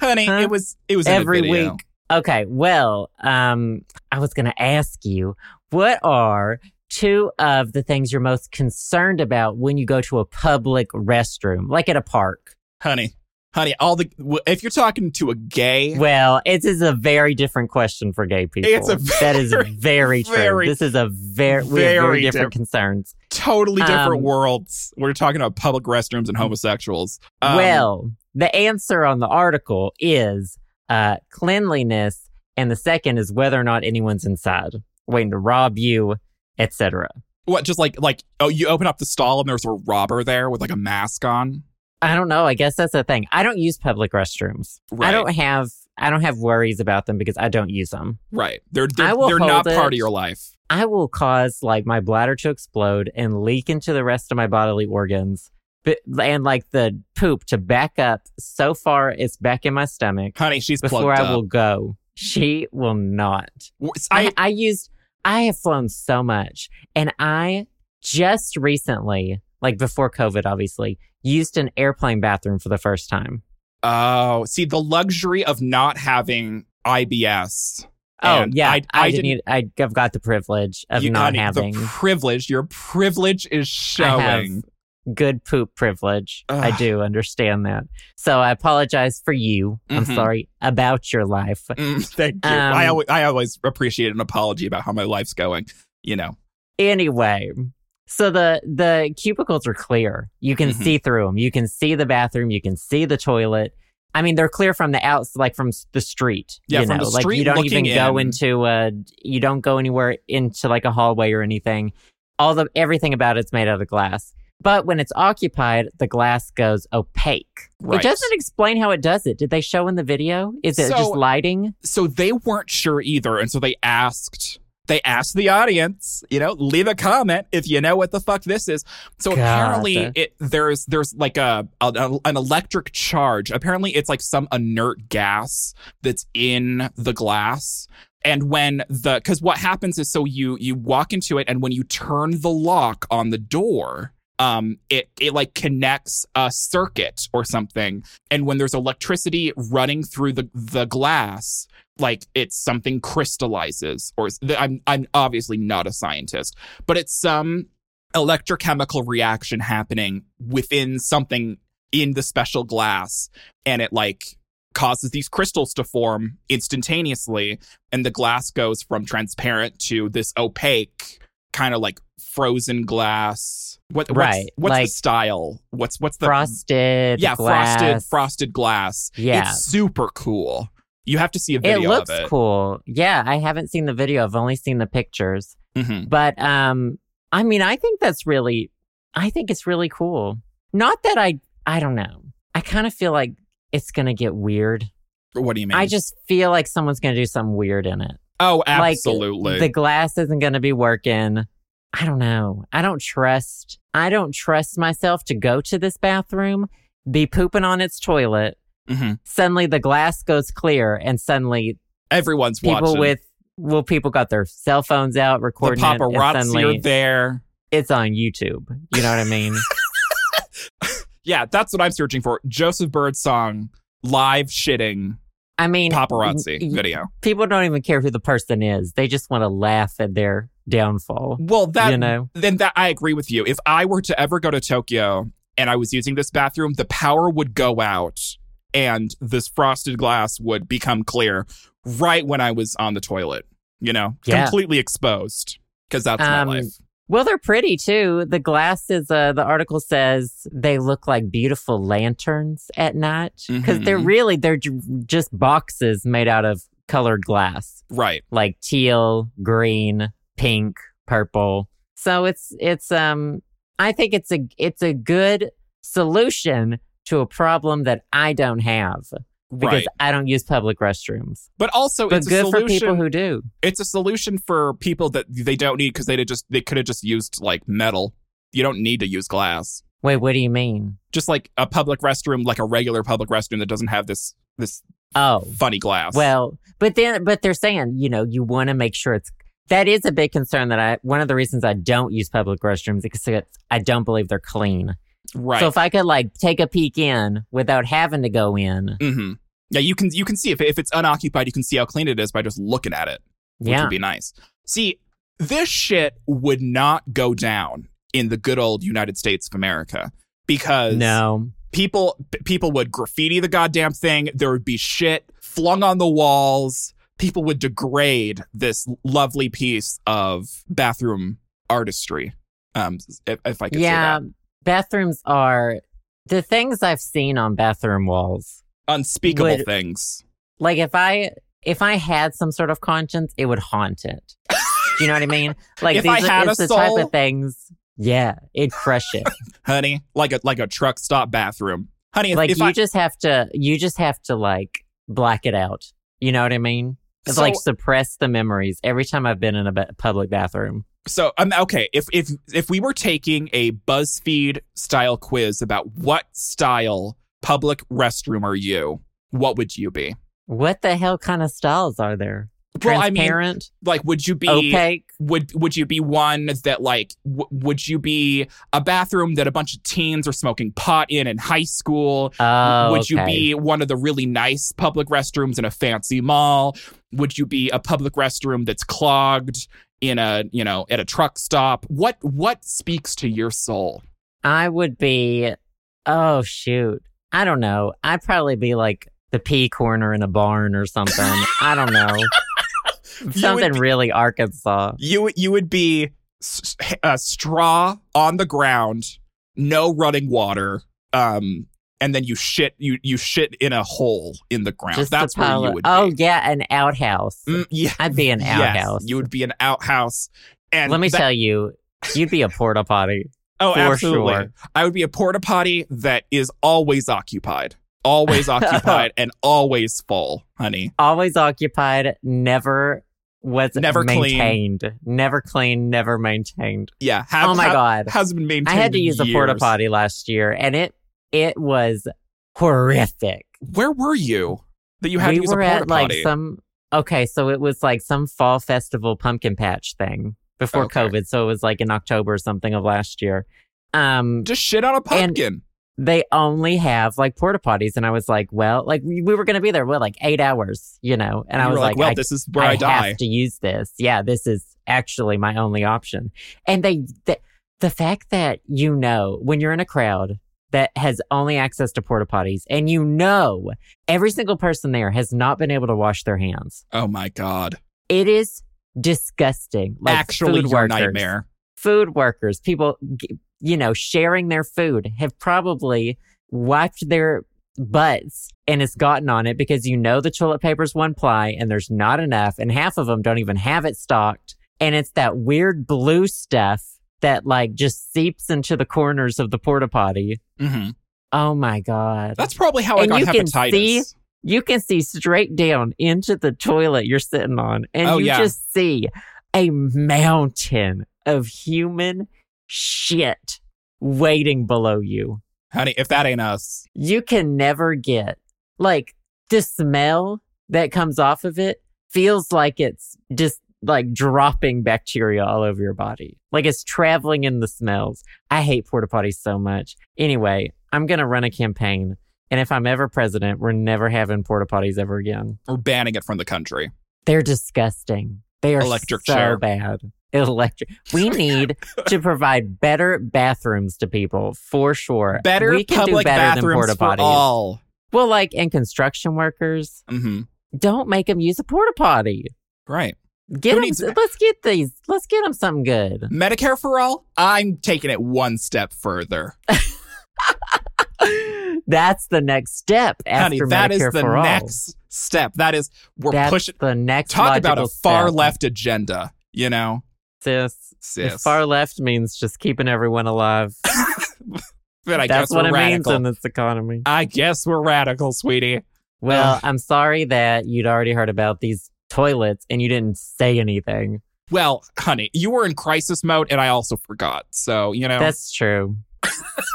B: honey
A: Huh?
B: it was it was in the
A: Every
B: video.
A: week. Okay. Well, um, I was going to ask you, what are two of the things you're most concerned about when you go to a public restroom, like at a park?
B: honey honey all the w- if you're talking to a gay
A: Well, it is a very different question for gay people.
B: It's a
A: that is
B: very,
A: very true.
B: very,
A: this is a very, we have
B: very
A: very different
B: diff-
A: concerns.
B: totally different
A: Um,
B: worlds we're talking about public restrooms and homosexuals Um,
A: well, the answer on the article is uh, cleanliness, and the second is whether or not anyone's inside waiting to rob you, etc.
B: what just like like oh you open up the stall and there's a robber there with like a mask on
A: I don't know. I guess that's the thing. I don't use public restrooms.
B: Right.
A: I don't have I don't have worries about them because I don't use them.
B: right they're they're,
A: I will
B: they're not
A: hold
B: part of
A: it.
B: your life
A: I will cause like my bladder to explode and leak into the rest of my bodily organs, but, and like the poop to back up so far it's back in my stomach
B: honey she's
A: before
B: plugged
A: I will
B: up
A: go. She will not.
B: W- s-
A: I,
B: I,
A: I used I have flown so much, and I just recently, like before COVID, obviously, used an airplane bathroom for the first time.
B: oh see the luxury of not having ibs
A: Oh
B: And
A: yeah,
B: I-
A: I,
B: I
A: didn't. I, have got the privilege of
B: you,
A: not
B: honey,
A: having
B: the privilege your privilege is
A: I
B: showing
A: have good poop privilege. I
B: Ugh.
A: do understand that. So I apologize for you. I'm
B: Mhm.
A: sorry about your life.
B: Mm, thank you.
A: Um,
B: I always, I always appreciate an apology about how my life's going. You know,
A: Anyway, so the the cubicles are clear. You can
B: Mhm.
A: see through them. You can see the bathroom. You can see the toilet. I mean, they're clear from the outs, like from s- the street.
B: Yeah,
A: you
B: from
A: know,
B: the
A: like
B: street
A: you don't even
B: looking
A: go
B: in.
A: into uh you don't go anywhere into like a hallway or anything. All the everything about it's made out of glass. But when it's occupied, the glass goes opaque.
B: Right.
A: It doesn't explain how it does it. Did they show in the video? Is it
B: So-
A: just lighting?
B: so they weren't sure either, and so they asked, they asked the audience, you know, leave a comment if you know what the fuck this is. So
A: God.
B: apparently, it there's there's like a, a an electric charge. Apparently, it's like some inert gas that's in the glass. And when the because what happens is so you you walk into it, and when you turn the lock on the door. Um, it it like connects a circuit or something and when there's electricity running through the the glass like it's something crystallizes or it's- I'm I'm obviously not a scientist but it's some electrochemical reaction happening within something in the special glass and it like causes these crystals to form instantaneously and the glass goes from transparent to this opaque kind of like frozen glass what what's,
A: Right,
B: what's the
A: like-
B: style what's what's the
A: frosted.
B: yeah, frosted
A: glass.
B: frosted glass.
A: Yeah.
B: It's super cool. You have to see a
A: It
B: video
A: looks
B: of it.
A: cool. Yeah, I haven't seen the video. I've only seen the pictures.
B: Mhm.
A: But um I mean, I think that's really I think it's really cool. Not that I I don't know. I kind of feel like it's going to get weird.
B: What do you mean?
A: I just feel like someone's going to do something weird in it.
B: oh,
A: like,
B: absolutely.
A: The glass isn't going to be working. I don't know. I don't trust I don't trust myself to go to this bathroom, be pooping on its toilet.
B: Mhm.
A: Suddenly the glass goes clear and suddenly
B: Everyone's
A: people
B: watching.
A: with well, people got their cell phones out
B: the
A: recording it, and
B: paparazzi
A: suddenly
B: are there.
A: it's on YouTube. You know what I mean?
B: Yeah, that's what I'm searching for. Joseph Birdsong live shitting
A: I mean,
B: paparazzi
A: y- y-
B: video.
A: People don't even care who the person is; they just want to laugh at their downfall.
B: Well, that
A: you know,
B: then that I agree with you. If I were to ever go to Tokyo and I was using this bathroom, the power would go out and this frosted glass would become clear right when I was on the toilet, you know,
A: Yeah.
B: completely exposed because that's
A: Um,
B: my life.
A: well, they're pretty too. The glasses. Uh, the article says they look like beautiful lanterns at night because they're
B: Mhm.
A: really they're j- just boxes made out of colored glass.
B: Right.
A: like teal, green, pink, purple. So it's it's um I think it's a it's a good solution to a problem that I don't have. because
B: Right.
A: I don't use public restrooms.
B: But also,
A: But
B: it's a
A: good for
B: solution.
A: people who do.
B: it's a solution for people that they don't need because they just they could have just used like metal. You don't need to use glass.
A: Wait, what do you mean?
B: Just like a public restroom, like a regular public restroom that doesn't have this this
A: Oh,
B: funny glass.
A: Well, but then, but they're saying, you know, you want to make sure it's that is a big concern that I one of the reasons I don't use public restrooms is because I don't believe they're clean.
B: right.
A: So if I could like take a peek in without having to go in,
B: hmm Yeah, you can you can see if if it's unoccupied, you can see how clean it is by just looking at it. which
A: yeah,
B: would be nice. See, this shit would not go down in the good old United States of America because
A: no,
B: people p- people would graffiti the goddamn thing. There would be shit flung on the walls. People would degrade this lovely piece of bathroom artistry. Um, if, if I could
A: yeah,
B: say that,
A: bathrooms are the things I've seen on bathroom walls.
B: unspeakable
A: Would-
B: things.
A: Like if I if I had some sort of conscience, it would haunt it. Do you know what I mean? Like
B: If I
A: these are-
B: had
A: it's
B: a
A: the type
B: soul-
A: of things. Yeah, it'd crush it.
B: honey, like a like a truck stop bathroom, honey. If,
A: like
B: if
A: you
B: I,
A: just have to you just have to like black it out you know what i mean it's like
B: So-
A: suppress the memories every time i've been in a ba- public bathroom
B: So um, okay, if if if we were taking a BuzzFeed style quiz about what style public restroom are you, what would you be?
A: what the hell kind of styles are there
B: Well, I mean,
A: transparent
B: like, would you be
A: opaque
B: would would you be one that like w- would you be a bathroom that a bunch of teens are smoking pot in in high school?
A: oh
B: would you
A: okay.
B: be one of the really nice public restrooms in a fancy mall? Would you be a public restroom that's clogged in a you know at a truck stop? What what speaks to your soul?
A: i would be oh shoot i don't know i'd probably be like the pea corner in a barn or something i don't know
B: would
A: something
B: be-
A: really arkansas
B: You you would be s- uh, straw on the ground, no running water, um, and then you shit you you shit in a hole in the ground.
A: just
B: That's
A: a
B: where
A: pile
B: you
A: of-
B: would
A: oh
B: be.
A: yeah an outhouse
B: Mm, yeah,
A: i'd be an outhouse
B: Yes, you would be an outhouse. And
A: Let me
B: that-
A: tell you, you'd be a porta potty.
B: oh,
A: for
B: absolutely.
A: sure.
B: I would be a porta potty that is always occupied, always occupied, and always full, honey.
A: Always occupied, never was
B: Never clean.
A: maintained. Never clean, never maintained.
B: Yeah. Have,
A: oh my
B: have-
A: god.
B: Hasn't been maintained.
A: I had to
B: in
A: use a porta
B: years.
A: potty last year and it it was horrific.
B: Where were you that you had
A: we
B: to use
A: were
B: a porta
A: at like
B: potty?
A: some okay, so it was like some fall festival pumpkin patch thing before
B: Oh, Okay.
A: COVID. So it was like in October or something of last year. Um
B: Just shit on a pumpkin.
A: they only have like porta potties. And I was like, well, like we, we were going to be there, what, like eight hours, you know? And I
B: You
A: was
B: were
A: like,
B: well,
A: I,
B: this is where I,
A: I
B: die.
A: have to use this. Yeah, this is actually my only option. And they, the, the fact that you know when you're in a crowd that has only access to porta potties and you know every single person there has not been able to wash their hands,
B: Oh my god!
A: it is disgusting. Like
B: Actually,
A: food
B: your
A: workers
B: nightmare.
A: food workers, people, g- you know, sharing their food have probably wiped their butts and it's gotten on it because you know the toilet paper's one ply and there's not enough, and half of them don't even have it stocked. And it's that weird blue stuff that like just seeps into the corners of the porta potty.
B: hmm
A: Oh my God.
B: That's probably how I
A: And
B: got
A: you can
B: hepatitis.
A: see- you can see straight down into the toilet you're sitting on, and
B: Oh,
A: you
B: yeah.
A: just see a mountain of human shit waiting below you.
B: Honey, if that ain't us,
A: You can never get like the smell that comes off of it feels like it's just like dropping bacteria all over your body. Like it's traveling in the smells. I hate porta potties so much. Anyway, I'm going to run a campaign. And if I'm ever president, we're never having porta potties ever again.
B: we're banning it from the country.
A: They're disgusting. They are
B: Electric
A: so
B: chair.
A: bad. Electric. We need to provide better bathrooms to people for sure.
B: Better
A: we can
B: public
A: do better than
B: bathrooms
A: porta
B: for
A: potties.
B: all.
A: Well, like and construction workers,
B: hmm
A: don't make them use a porta potty.
B: Right.
A: Get
B: Who
A: 'em-
B: needs-
A: let's get these. Let's get them something good.
B: Medicare for all. I'm taking it one step further.
A: That's the next step after
B: Honey, that is
A: Medicare
B: the
A: for
B: next step. That is
A: all.
B: we're
A: That's
B: pushing.
A: the next.
B: Talk about a
A: logical
B: far
A: step.
B: left agenda. You know,
A: sis.
B: sis.
A: Far left means just keeping everyone alive.
B: but I
A: That's
B: guess
A: what
B: we're
A: it
B: radical.
A: means in this economy.
B: I guess we're radical, sweetie.
A: Well,
B: Ugh.
A: I'm sorry that you'd already heard about these toilets and you didn't say anything.
B: Well, honey, you were in crisis mode, and I also forgot. So you know,
A: That's true.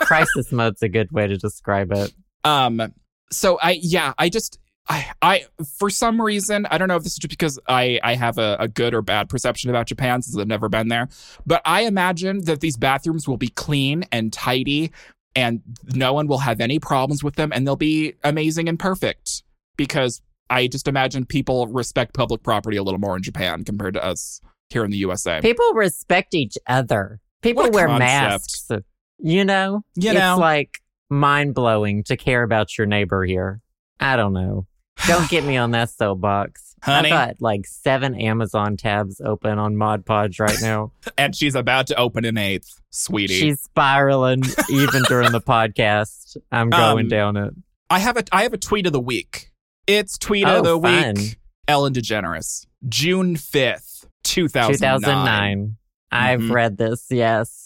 A: Crisis mode's a good way to describe it.
B: um, so I yeah, I just I I for some reason I don't know if this is just because I I have a, a good or bad perception about Japan since I've never been there, but I imagine that these bathrooms will be clean and tidy, and no one will have any problems with them, and they'll be amazing and perfect because I just imagine people respect public property a little more in Japan compared to us here in the USA.
A: People respect each other. People
B: What a
A: wear
B: concept.
A: masks. You know?
B: You
A: it's
B: know.
A: like mind blowing to care about your neighbor here. I don't know. Don't get me on that soapbox.
B: Honey.
A: I've got like seven Amazon tabs open on Mod Podge right now.
B: and she's about to open an eighth, sweetie.
A: She's spiraling even during the podcast. I'm going
B: Um,
A: down it.
B: I have a I have a tweet of the week. It's tweet
A: Oh,
B: of the
A: fun.
B: week. Ellen DeGeneres, June fifth, two thousand
A: 2009. I've
B: Mhm.
A: read this, yes.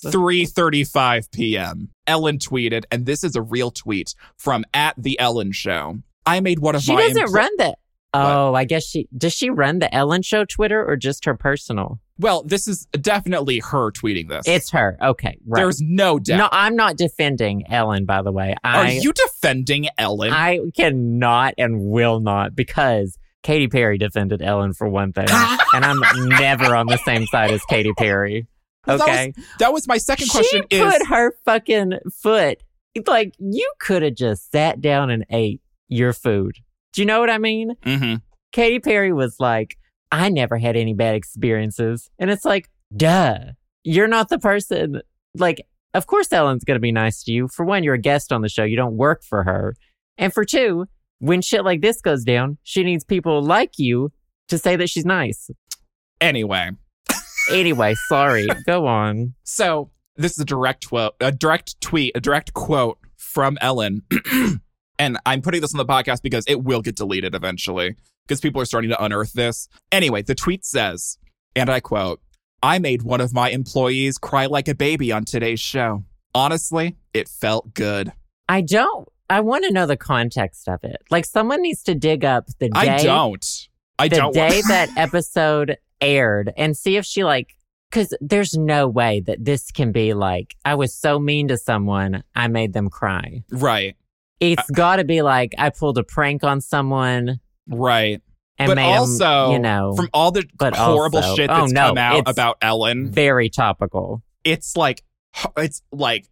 B: 3:35 p.m. Ellen tweeted, and this is a real tweet from at the Ellen Show. I made one of
A: She
B: my
A: doesn't
B: empl-
A: run the. Oh, I guess she does. She run the Ellen Show Twitter or just her personal?
B: well. This is definitely her tweeting this.
A: It's her. Okay, right.
B: there's no doubt.
A: no, I'm not defending Ellen. By the way,
B: Are
A: I
B: you defending Ellen?
A: I cannot and will not because Katy Perry defended Ellen for one thing, and I'm never on the same side as Katy Perry.
B: Well, that was-
A: Okay,
B: that was my second question.
A: she
B: is
A: put her fucking foot. It's Like you could have just sat down and ate your food. Do you know what I mean?
B: Mhm.
A: Katy Perry was like, I never had any bad experiences. And it's like, duh, you're not the person. Like, of course, Ellen's going to be nice to you. For one, you're a guest on the show, you don't work for her. And for two, when shit like this goes down, she needs people like you to say that she's nice.
B: anyway?
A: Anyway, sorry, go on.
B: So this is a direct quote, a direct tweet, a direct quote from Ellen, and I'm putting this on the podcast because it will get deleted eventually because people are starting to unearth this. Anyway, the tweet says, and I quote: "I made one of my employees cry like a baby on today's show. Honestly, it felt good.
A: I don't, I want to know the context of it. Like, someone needs to dig up the day.
B: I don't. I
A: the
B: don't.
A: day
B: want-
A: that episode aired and see if she like because there's no way that this can be like i was so mean to someone i made them cry
B: right.
A: It's gotta be like i pulled a prank on someone
B: Right.
A: and
B: but
A: made 'em,
B: also,
A: you know
B: from all the
A: Oh. but
B: horrible
A: also-
B: shit
A: oh,
B: that's
A: no,
B: come out
A: it's-
B: about Ellen,
A: very topical
B: it's like it's like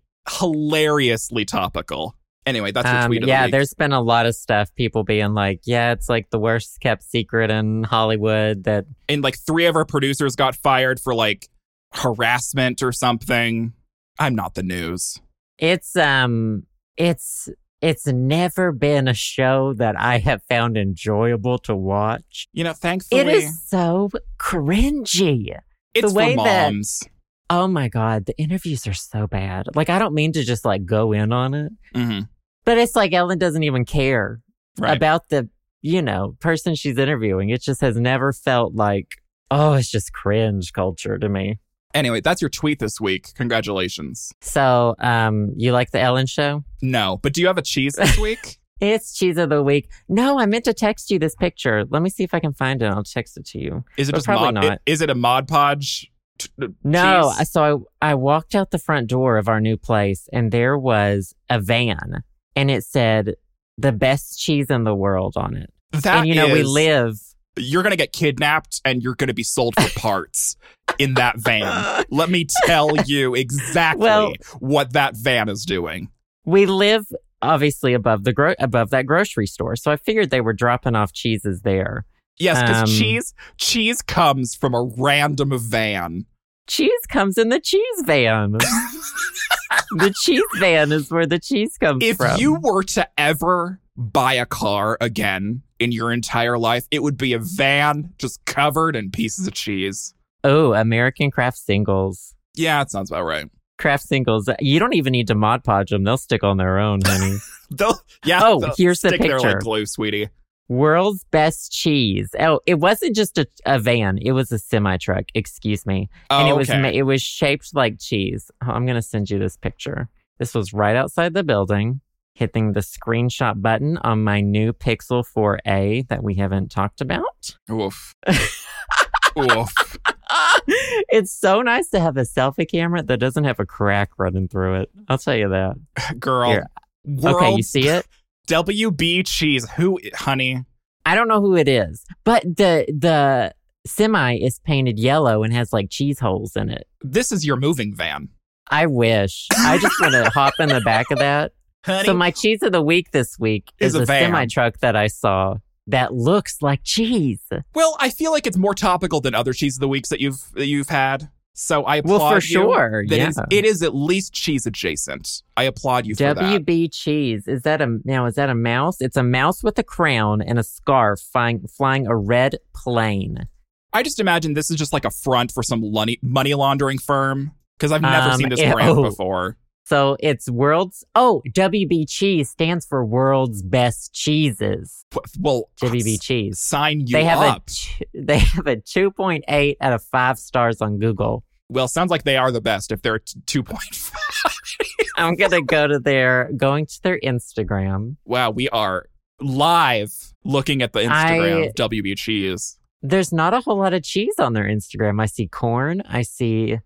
B: hilariously topical. Anyway, that's the
A: um,
B: tweet of
A: yeah
B: the week.
A: there's been a lot of stuff people being like yeah it's like the worst kept secret in hollywood that
B: And like three of our producers got fired for like harassment or something. I'm not the news.
A: It's um it's it's never been a show that I have found enjoyable to watch.
B: You know, thankfully
A: It is so cringy.
B: it's
A: way
B: for
A: that-
B: moms.
A: Oh my god, the interviews are so bad. Like I don't mean to just like go in on it,
B: Mhm.
A: but it's like Ellen doesn't even care
B: Right.
A: about the, you know, person she's interviewing. It just has never felt like, oh, it's just cringe culture to me.
B: anyway, that's your tweet this week. Congratulations.
A: So, um, you like the Ellen show?
B: No, but do you have a cheese this week?
A: It's cheese of the week. No, I meant to text you this picture. Let me see if I can find it. I'll text it to you.
B: Is it
A: Well,
B: just
A: probably
B: mod? i-
A: not.
B: Is it a mod podge? t- t-
A: No,
B: cheese?
A: I- so I, I walked out the front door of our new place and there was a van and it said the best cheese in the world on it.
B: That
A: and you know, we
B: is-
A: live.
B: You're gonna get kidnapped and you're gonna be sold for parts in that van. Let me tell you exactly
A: Well-
B: what that van is doing.
A: we live obviously above the gro- above that grocery store. So I figured they were dropping off cheeses there.
B: Yes, because
A: Um,
B: cheese cheese comes from a random van.
A: Cheese comes in the cheese van. the cheese van is where the cheese comes
B: If
A: from.
B: you were to ever buy a car again in your entire life, it would be a van just covered in pieces of cheese.
A: Oh, American Craft Singles.
B: Yeah, that sounds about right.
A: Craft Singles. You don't even need to mod podge them. They'll stick on their own, honey.
B: They'll- yeah.
A: oh,
B: they'll
A: here's the
B: stick there like
A: picture.
B: glue, sweetie.
A: World's best cheese. Oh, it wasn't just a, a van. It was a semi truck. Excuse me.
B: Oh,
A: and it was
B: okay.
A: ma- it was shaped like cheese. Oh, I'm gonna send you this picture. This was right outside the building. hitting the screenshot button on my new Pixel 4a that we haven't talked about.
B: Oof. Oof.
A: Ah, it's so nice to have a selfie camera that doesn't have a crack running through it. I'll tell you that.
B: Girl.
A: Here.
B: World
A: Okay, you see it?
B: WB cheese. Who, honey?
A: I don't know who it is, but the the semi is painted yellow and has like cheese holes in it.
B: This is your moving van.
A: I wish. I just want to hop in the back of that.
B: Honey.
A: So my cheese of the week this week
B: Is
A: is,
B: a
A: a,
B: van.
A: semi truck that I saw that looks like cheese.
B: well, I feel like it's more topical than other cheese of the weeks that you've that you've had. So I applaud
A: Well, for
B: you
A: sure.
B: that
A: Yeah.
B: it's- it is at least cheese adjacent. I applaud you for that.
A: WB cheese. Is that a now? Is that a mouse? It's a mouse with a crown and a scarf flying flying a red plane.
B: I just imagine this is just like a front for some money money laundering firm because I've never
A: Um,
B: seen this
A: ew.
B: brand before.
A: So it's world's oh WB cheese stands for world's best cheeses.
B: P- Well,
A: WB cheese.
B: sign you
A: they have
B: up.
A: a t- they have a 2.8 out of 5 stars on Google.
B: well, sounds like they are the best if they're t- two point five.
A: I'm going to go to their going to their Instagram.
B: Wow, we are live looking at the Instagram
A: I-
B: of WB cheese.
A: There's not a whole lot of cheese on their Instagram. I see corn, I see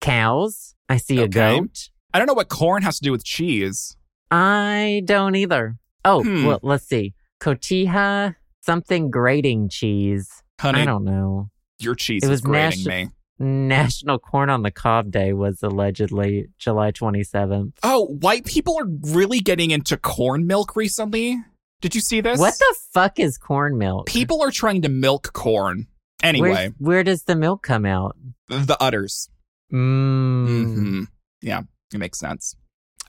A: cows, I see a
B: Okay.
A: goat.
B: I don't know what corn has to do with cheese.
A: I don't either. Oh,
B: Hmm.
A: well, let's see. Cotija something grating cheese. I
B: Honey,
A: don't know.
B: your cheese
A: It
B: is
A: was
B: grating
A: nation-
B: me.
A: National Corn on the Cob Day was allegedly July 27th.
B: Oh, white people are really getting into corn milk recently. Did you see this?
A: What the fuck is corn milk?
B: People are trying to milk corn. Anyway,
A: Where's- where does the milk come out?
B: the udders.
A: Mm.
B: hmm Yeah, it makes sense.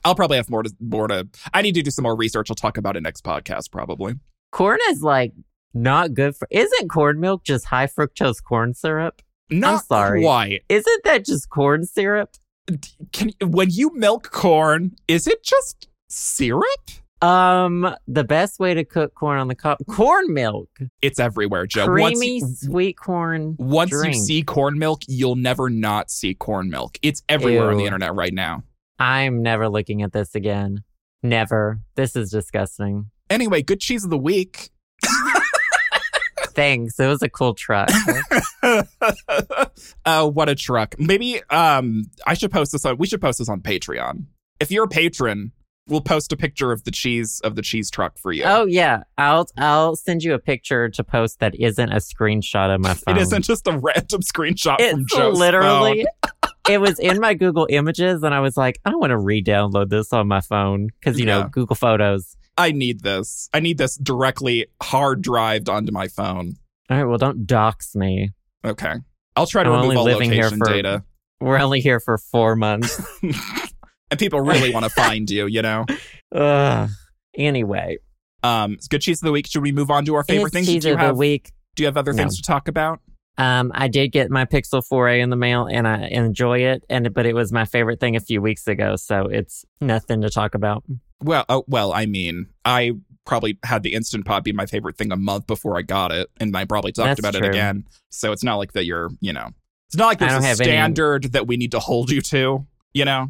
B: I'll probably have more to more to. I need to do some more research. I'll talk about it next podcast probably.
A: Corn is like not good for. Isn't corn milk just high fructose corn syrup?
B: Not
A: sorry.
B: quite.
A: Isn't that just corn syrup?
B: Can when you milk corn, is it just syrup?
A: Um, the best way to cook corn on the cob, corn milk,
B: It's everywhere, Joe.
A: creamy
B: once
A: sweet corn.
B: once
A: drink.
B: you see corn milk, you'll never not see corn milk. It's everywhere on the
A: Ew.
B: internet right now.
A: I'm never looking at this again. Never. This is disgusting.
B: Anyway, good cheese of the week.
A: Thanks. It was a cool truck.
B: Oh, what a truck. Maybe um I should post this on we should post this on Patreon. If you're a patron, we'll post a picture of the cheese of the cheese truck for you.
A: oh yeah, I'll I'll send you a picture to post that isn't a screenshot of my phone.
B: It isn't just a random screenshot from
A: It's
B: Joe's
A: literally.
B: phone.
A: it was in my Google Images, and I was like, I want to re-download this on my phone because you
B: Yeah.
A: know Google Photos.
B: I need this. I need this directly hard drived onto my phone.
A: All right, well, don't dox me.
B: Okay. I'll try to
A: I'm
B: remove
A: only
B: all
A: living here
B: location
A: for-
B: data.
A: We're only here for four months.
B: and people really want to find you, you know.
A: Ugh. Anyway,
B: Um it's good cheese of the week. Should we move on to our favorite
A: it's
B: things?
A: cheese
B: do you
A: of
B: have
A: the week.
B: do you have other
A: No.
B: things to talk about?
A: Um, I did get my Pixel 4a in the mail, and I enjoy it. And but it was my favorite thing a few weeks ago, so it's nothing to talk about.
B: Well, oh, well, I mean, I probably had the Instant Pot be my favorite thing a month before I got it, and I probably talked
A: That's
B: about it
A: true.
B: again. So it's not like that you're, you know, it's not like
A: I don't
B: there's a
A: have any-
B: standard that we need to hold you to, you know?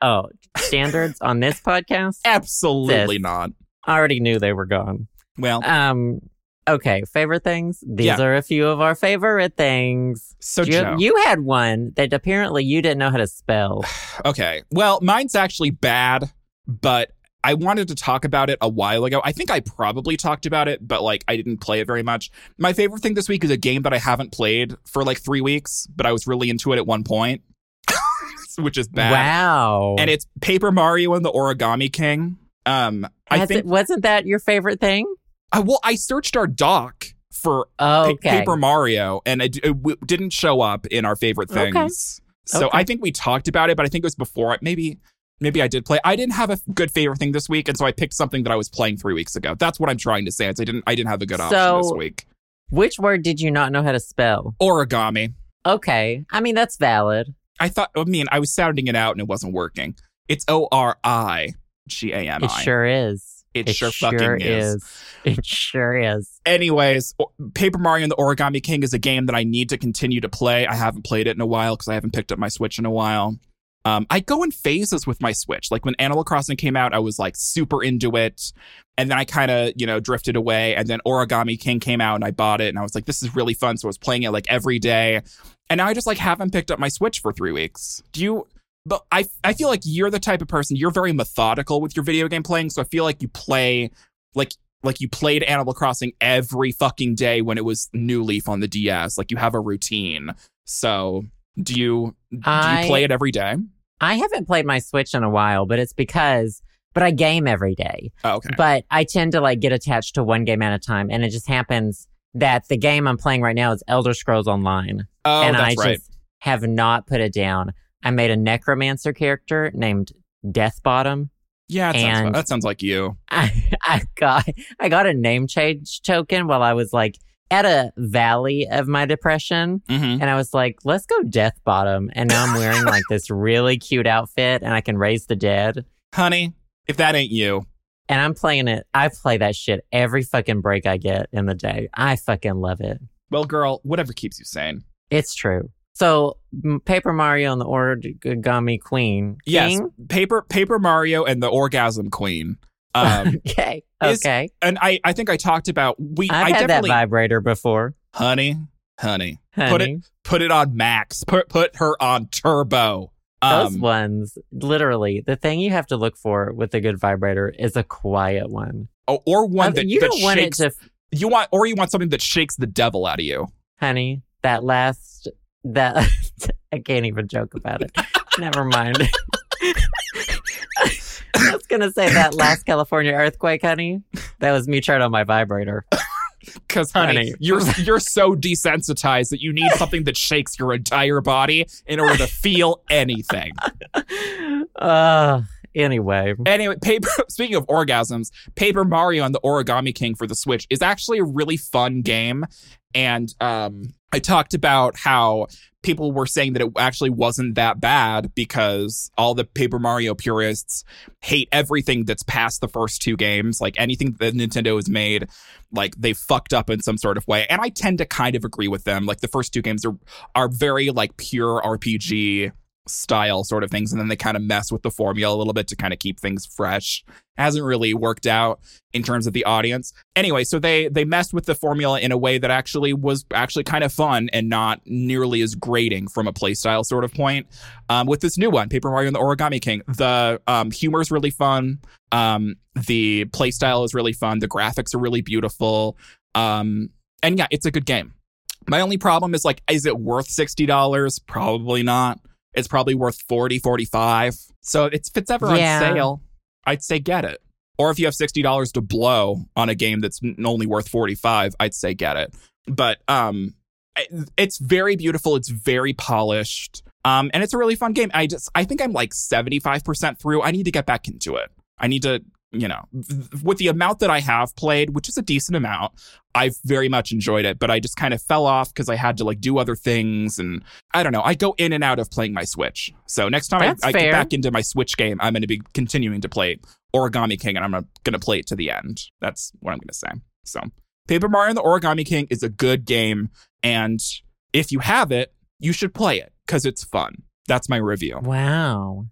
A: oh, standards on this podcast?
B: Absolutely
A: This.
B: not.
A: I already knew they were gone.
B: Well,
A: Um. Okay, favorite things. These
B: Yeah.
A: are a few of our favorite things.
B: so
A: you,
B: Joe.
A: you had one that apparently you didn't know how to spell.
B: Okay. Well, mine's actually bad, but I wanted to talk about it a while ago. I think I probably talked about it, but like I didn't play it very much. My favorite thing this week is a game that I haven't played for like three weeks, but I was really into it at one point, which is bad.
A: Wow.
B: and it's Paper Mario and the Origami King. Um, I
A: Has
B: think
A: it- wasn't that your favorite thing?
B: I well, I searched our doc for
A: Oh,
B: Pa-
A: okay.
B: Paper Mario, and it, it w- didn't show up in our favorite
A: Okay.
B: things. So
A: Okay.
B: I think we talked about it, but I think it was before. I- Maybe maybe I did play. I didn't have a f- good favorite thing this week, and so I picked something that I was playing three weeks ago. That's what I'm trying to say. Is I didn't I didn't have a good option
A: So-
B: this week.
A: Which word did you not know how to spell?
B: Origami.
A: Okay. I mean, that's valid.
B: I thought. I mean, I was sounding it out, and it wasn't working. It's O R I G A M
A: It
B: I.
A: sure is.
B: It sure fucking is.
A: It sure is.
B: anyways, O- Paper Mario and the Origami King is a game that I need to continue to play. I haven't played it in a while because I haven't picked up my Switch in a while. Um, I go in phases with my Switch. Like when Animal Crossing came out, I was like super into it. And then I kind of, you know, drifted away. And then Origami King came out and I bought it. And I was like, this is really fun. So I was playing it like every day. And now I just like haven't picked up my Switch for three weeks. Do you? But I, I feel like you're the type of person, you're very methodical with your video game playing. So I feel like you play, like, like you played Animal Crossing every fucking day when it was New Leaf on the DS. Like you have a routine. So do you do
A: I-
B: you play it every day?
A: I haven't played my Switch in a while, but it's because, but I game every day.
B: Oh, okay.
A: But I tend to like get attached to one game at a time. And it just happens that the game I'm playing right now is Elder Scrolls Online.
B: Oh,
A: and
B: that's
A: I
B: right.
A: just have not put it down. I made a necromancer character named Death Bottom.
B: yeah, it sounds,
A: and-
B: that sounds like you.
A: I, I got I got a name change token while I was like at a valley of my depression.
B: hmm
A: And I was like, let's go Death Bottom. And now I'm wearing like this really cute outfit and I can raise the dead.
B: Honey, if that ain't you,
A: And I'm playing it. I play that shit every fucking break I get in the day. I fucking love it.
B: well, girl, whatever keeps you sane.
A: It's true. So m- Paper Mario and the Origami Queen.
B: Yes.
A: King?
B: Paper Paper Mario and the Orgasm Queen. Um,
A: Okay.
B: Is-
A: Okay.
B: and I, I think I talked about we
A: I've
B: I
A: had that
B: definitely
A: vibrator before.
B: honey, honey,
A: Honey.
B: Put it- put it on max. Put put her on turbo.
A: Those
B: Um,
A: ones, literally, the thing you have to look for with a good vibrator is a quiet one.
B: or, or one
A: Uh,
B: that
A: you
B: that
A: don't want it
B: shakes
A: to,
B: you want or you want something that shakes the devil out of you.
A: honey. That last, that I can't even joke about it. Never mind. I was gonna say that last California earthquake, honey. That was me trying on my vibrator.
B: Because honey,
A: Honey.
B: you're you're so desensitized that you need something that shakes your entire body in order to feel anything.
A: Uh, anyway,
B: Anyway, paper. Speaking of orgasms, Paper Mario and the Origami King for the Switch is actually a really fun game, and um, I talked about how people were saying that it actually wasn't that bad because all the Paper Mario purists hate everything that's past the first two games, like anything that Nintendo has made, like they fucked up in some sort of way, and I tend to kind of agree with them. Like the first two games are are very like pure RPG style sort of things and then they kind of mess with the formula a little bit to kind of keep things fresh hasn't really worked out in terms of the audience anyway so they they messed with the formula in a way that actually was actually kind of fun and not nearly as grating from a playstyle sort of point um, with this new one paper mario and the origami king the um, humor is really fun um, the playstyle is really fun the graphics are really beautiful um, and yeah it's a good game my only problem is like is it worth $60 probably not it's probably worth 40 45 so it's, if it's ever
A: Yeah.
B: on sale i'd say get it or if you have $60 to blow on a game that's n- only worth 45 i'd say get it but um I- it's very beautiful it's very polished um and it's a really fun game i just i think i'm like 75% through i need to get back into it i need to you know v- with the amount that i have played which is a decent amount i've very much enjoyed it but i just kind of fell off because i had to like do other things and i don't know i go in and out of playing my switch so next time
A: That's
B: I, I get
A: fair.
B: back into my switch game i'm going to be continuing to play origami king and i'm going to play it to the end that's what i'm going to say so paper mario and the origami king is a good game and if you have it you should play it because it's fun that's my review
A: wow.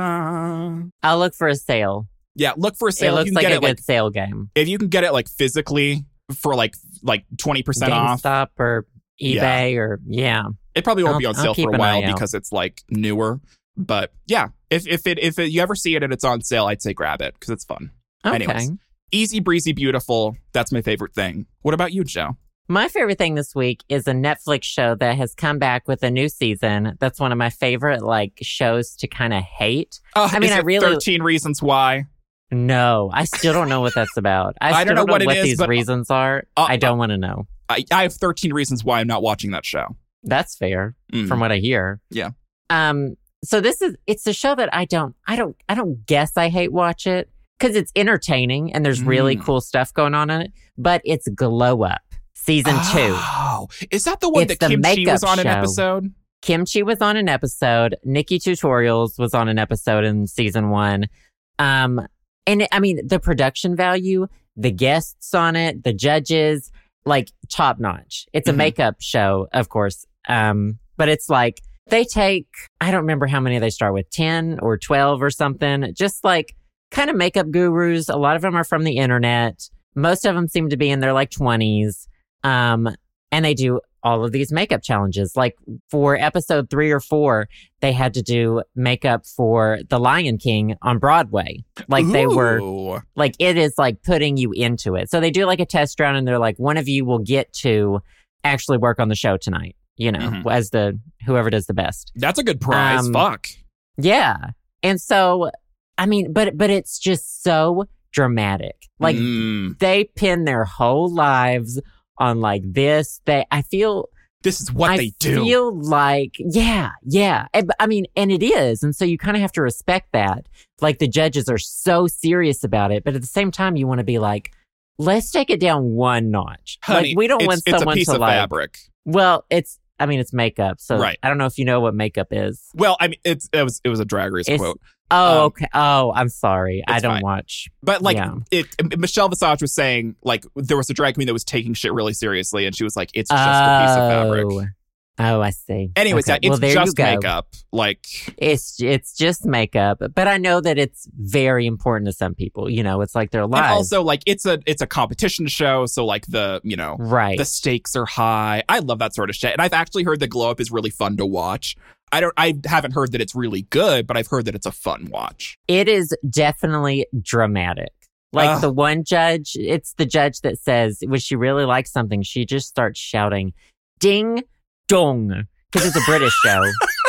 B: ta-da
A: I'll look for a sale.
B: yeah look for a sale
A: it looks
B: If you can
A: like a
B: get it
A: good
B: like
A: sale game.
B: if you can get it like physically for like like 20% off
A: GameStop or
B: Yeah.
A: eBay or yeah.
B: it probably won't
A: I'll-
B: be on
A: I'll
B: sale
A: keep
B: for a
A: an
B: while
A: eye out.
B: because it's like newer but yeah if if it if it, you ever see it and it's on sale i'd say grab it because it's fun
A: Okay.
B: Anyways. easy breezy beautiful that's my favorite thing what about you joe
A: My favorite thing this week is a Netflix show that has come back with a new season. That's one of my favorite like shows to kind of hate.
B: uh,
A: I mean,
B: is
A: I
B: it
A: really-
B: 13 reasons why
A: No, I still don't know what that's about. I, still don't know what,
B: it is,
A: these
B: but-
A: reasons are.
B: Uh,
A: I don't want to know.
B: I, I have 13 reasons why i'm not watching that show
A: That's fair.
B: Mm.
A: from what I hear.
B: Yeah.
A: Um. So this is it's a show that I don't I don't I don't guess I hate watch it because it's entertaining and there's really
B: Mm.
A: cool stuff going on in it. But it's Glow Up season two.
B: Oh, is that the one
A: It's
B: that
A: the
B: Kim Chi
A: makeup
B: was on an
A: show.
B: episode?
A: Kimchi was on an episode. Nikki Tutorials was on an episode in season one. Um, and it- I mean, the production value, the guests on it, the judges, like top notch. It's a
B: Mhm.
A: makeup show, of course. Um, but it's like They take, I don't remember how many they start with, 10 or 12 or something, just like kind of makeup gurus. A lot of them are from the internet. Most of them seem to be in their like 20s. Um, and they do all of these makeup challenges. Like for episode three or four, they had to do makeup for The Lion King on Broadway. Like they were
B: Ooh.
A: like it is like putting you into it. So they do like a test round and they're like, one of you will get to actually work on the show tonight, you know,
B: Mhm.
A: as the whoever does the best.
B: That's a good prize.
A: Um,
B: Fuck.
A: Yeah. And so, I mean, but, but it's just so dramatic. Like
B: Mm.
A: they pin their whole lives on like this. They, I feel
B: this is what
A: I
B: they do.
A: feel like, yeah, yeah. And- but I mean, and it is. And so you kind of have to respect that. Like the judges are so serious about it. But at the same time, you want to be like, let's take it down one notch.
B: Honey,
A: like we don't
B: it's,
A: want
B: it's a
A: someone
B: piece
A: to
B: of
A: like,
B: fabric.
A: well, it's, I mean, it's makeup. So
B: Right.
A: I don't know if you know what makeup is.
B: Well, I mean, it's it was it was a drag race
A: It's-
B: quote,
A: Oh,
B: Um,
A: okay. Oh, I'm sorry. I
B: it's
A: don't
B: fine.
A: watch.
B: but like
A: yeah.
B: it, Michelle Visage was saying, like there was a drag queen that was taking shit really seriously, and she was like, "It's just a piece of fabric."
A: Oh, I see.
B: Anyways,
A: Okay.
B: yeah, it's
A: well, there you
B: just
A: go.
B: makeup. Like,
A: It's it's just makeup, but I know that it's very important to some people. You know, it's like their
B: and
A: lives.
B: also like it's a it's a competition show, so like the you know
A: right.
B: the stakes are high. I love that sort of shit, and I've actually heard that glow up is really fun to watch. I don't, I haven't heard that it's really good, but I've heard that it's a fun watch.
A: It is definitely dramatic. Like
B: Ugh.
A: the one judge, it's the judge that says when she really likes something, she just starts shouting, "Ding dong," because it's a British show.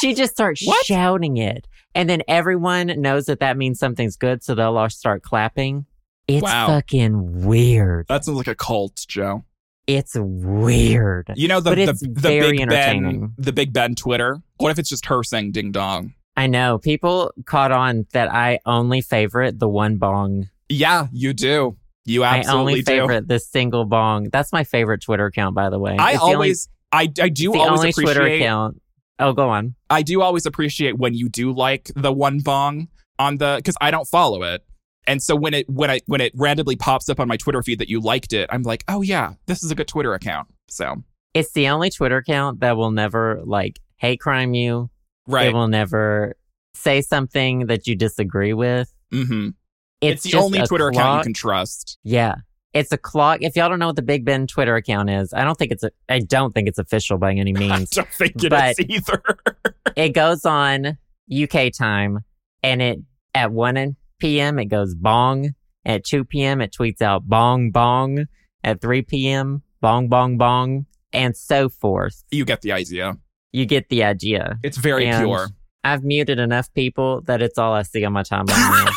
A: She just starts
B: What?
A: shouting it, and then everyone knows that that means something's good, so they'll all start clapping. It's
B: Wow.
A: fucking weird.
B: That sounds like a cult, Joe.
A: It's weird.
B: You know the
A: But
B: the,
A: it's
B: the
A: very
B: Big
A: entertaining.
B: Ben the Big Ben Twitter. What if it's just her saying ding dong?
A: I know people caught on that I only favorite the one bong
B: Yeah, you do. You
A: my only
B: absolutely do.
A: favorite, the single bong. That's my favorite Twitter account, by the way.
B: I
A: It's the only-
B: always I, I do
A: it's the
B: always
A: only
B: appreciate
A: Twitter account. Oh, go on.
B: I do always appreciate when you do like the one bong on the cuz I don't follow it. And so when it when I when it randomly pops up on my Twitter feed that you liked it, I'm like, "Oh yeah, this is a good Twitter account." So,
A: It's the only Twitter account that will never like hate crime you. It
B: right.
A: will never say something that you disagree with.
B: Mhm.
A: It's,
B: It's, the
A: just
B: only
A: a
B: Twitter account
A: clock.
B: you can trust.
A: Yeah. It's a clock. If y'all don't know what the Big Ben Twitter account is, I don't think it's a, I don't think it's official by any
B: I
A: means.
B: don't think it
A: But-
B: is either.
A: it goes on UK time and it at 1 p.m. it goes bong. At 2 p.m. it tweets out bong bong. At 3 p.m. bong bong bong and so forth.
B: you get the idea.
A: You get the idea.
B: It's very
A: And-
B: pure.
A: I've muted enough people that it's all I see on my timeline. now.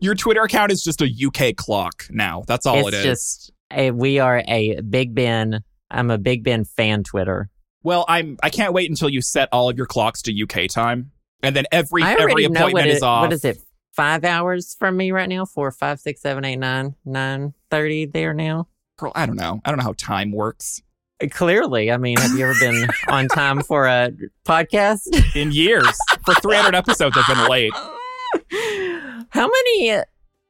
B: Your Twitter account is just a UK clock now. That's all
A: it's
B: it is.
A: just a, we are a Big Ben. I'm a Big Ben fan Twitter.
B: well, I'm I can't wait until you set all of your clocks to UK time. And then every
A: I
B: every
A: already know what
B: appointment
A: it-
B: is off.
A: What is it? Five hours from me right now. Four, five, six, seven, eight, nine, nine thirty there now.
B: Girl, I don't know. I don't know how time works.
A: Clearly, I mean, have you ever been on time for a podcast?
B: In years. For three hundred episodes I've been late.
A: how many?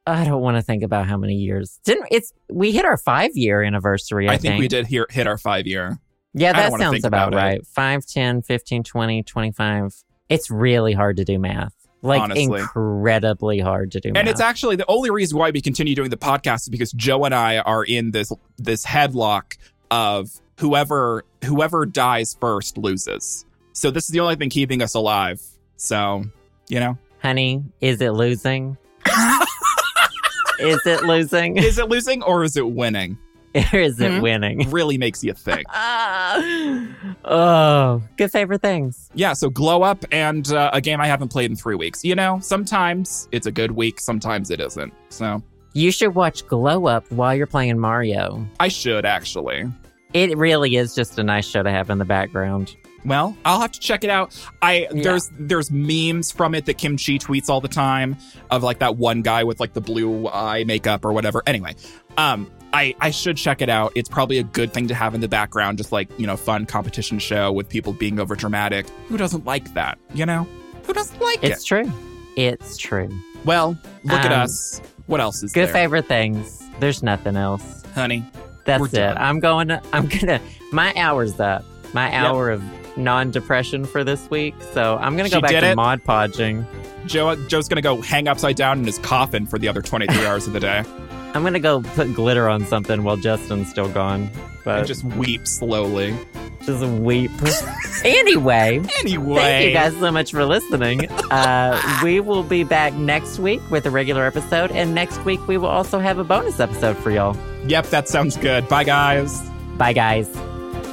A: I don't want to think about how many years. Didn't it's we hit our five year anniversary? I,
B: I think we did here hit our five year.
A: Yeah,
B: I don't
A: that
B: wanna
A: sounds
B: think
A: about,
B: about it.
A: right. Five, ten, fifteen, twenty, twenty-five. 5, 10, 15, 20, 25. It's really hard to do math. Like
B: Honestly.
A: incredibly hard to do math.
B: And it's actually the only reason why we continue doing the podcast is because Joe and I are in this this headlock of whoever whoever dies first loses. So this is the only thing keeping us alive. So, you know.
A: Honey, is it losing? is it losing?
B: is it losing or is it winning?
A: or is it
B: Mhm.
A: winning?
B: Really makes you think.
A: Ah. oh, good favorite things.
B: Yeah, so glow up and uh, a game I haven't played in three weeks. You know, sometimes it's a good week, sometimes it isn't. So
A: You should watch Glow Up while you're playing Mario.
B: I should actually.
A: It really is just a nice show to have in the background.
B: Well, I'll have to check it out. I
A: Yeah.
B: there's there's memes from it that Kim Chi tweets all the time of like that one guy with like the blue eye makeup or whatever. Anyway, um, I I should check it out. It's probably a good thing to have in the background, just like you know, fun competition show with people being over dramatic. Who doesn't like that? You know, who doesn't like it?
A: It's true. It's true.
B: Well, look at
A: Um,
B: us. What else is
A: Good
B: there,
A: favorite things. There's nothing else.
B: honey?
A: That's
B: We're
A: it.
B: done.
A: I'm going to, I'm going to, my hour's up. My hour of non depression for this week. So I'm going to go
B: She
A: back
B: did
A: to
B: it.
A: mod podging.
B: Joe Joe's gonna go hang upside down in his coffin for the other 23 hours of the day
A: I'm going to go put glitter on something while Justin's still gone. But
B: and just weep slowly.
A: just weep. anyway.
B: Anyway,
A: Thank you guys so much for listening. Uh, we will be back next week with a regular episode, and next week we will also have a bonus episode for y'all.
B: Yep, that sounds good. Bye, guys.
A: Bye, guys.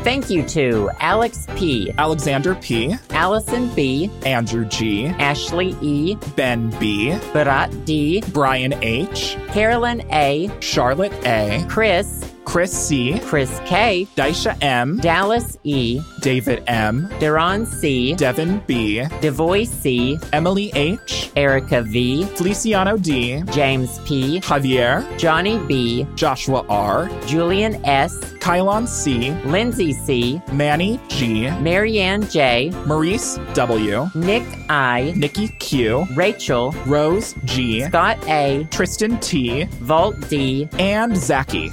A: Thank you to Alex P.,
B: Alexander P.,
A: Allison B.,
B: Andrew G.,
A: Ashley E.,
B: Ben B.,
A: Barat D.,
B: Brian H.,
A: Carolyn A.,
B: Charlotte A.,
A: Chris,
B: Chris C.,
A: Chris K,
B: Daisha M.,
A: Dallas E,
B: David M.,
A: Duran C,
B: Devin B.,
A: Devoy C,
B: Emily H.,
A: Erica V,
B: Feliciano D.,
A: James P,
B: Javier,
A: Johnny B,
B: Joshua R.,
A: Julian S,
B: Kylon C.,
A: Lindsay C,
B: Manny G.,
A: Marianne J,
B: Maurice W.,
A: Nick I,
B: Nikki Q.,
A: Rachel,
B: Rose G.,
A: Scott A,
B: Tristan T.,
A: Vault D.
B: and Zaki.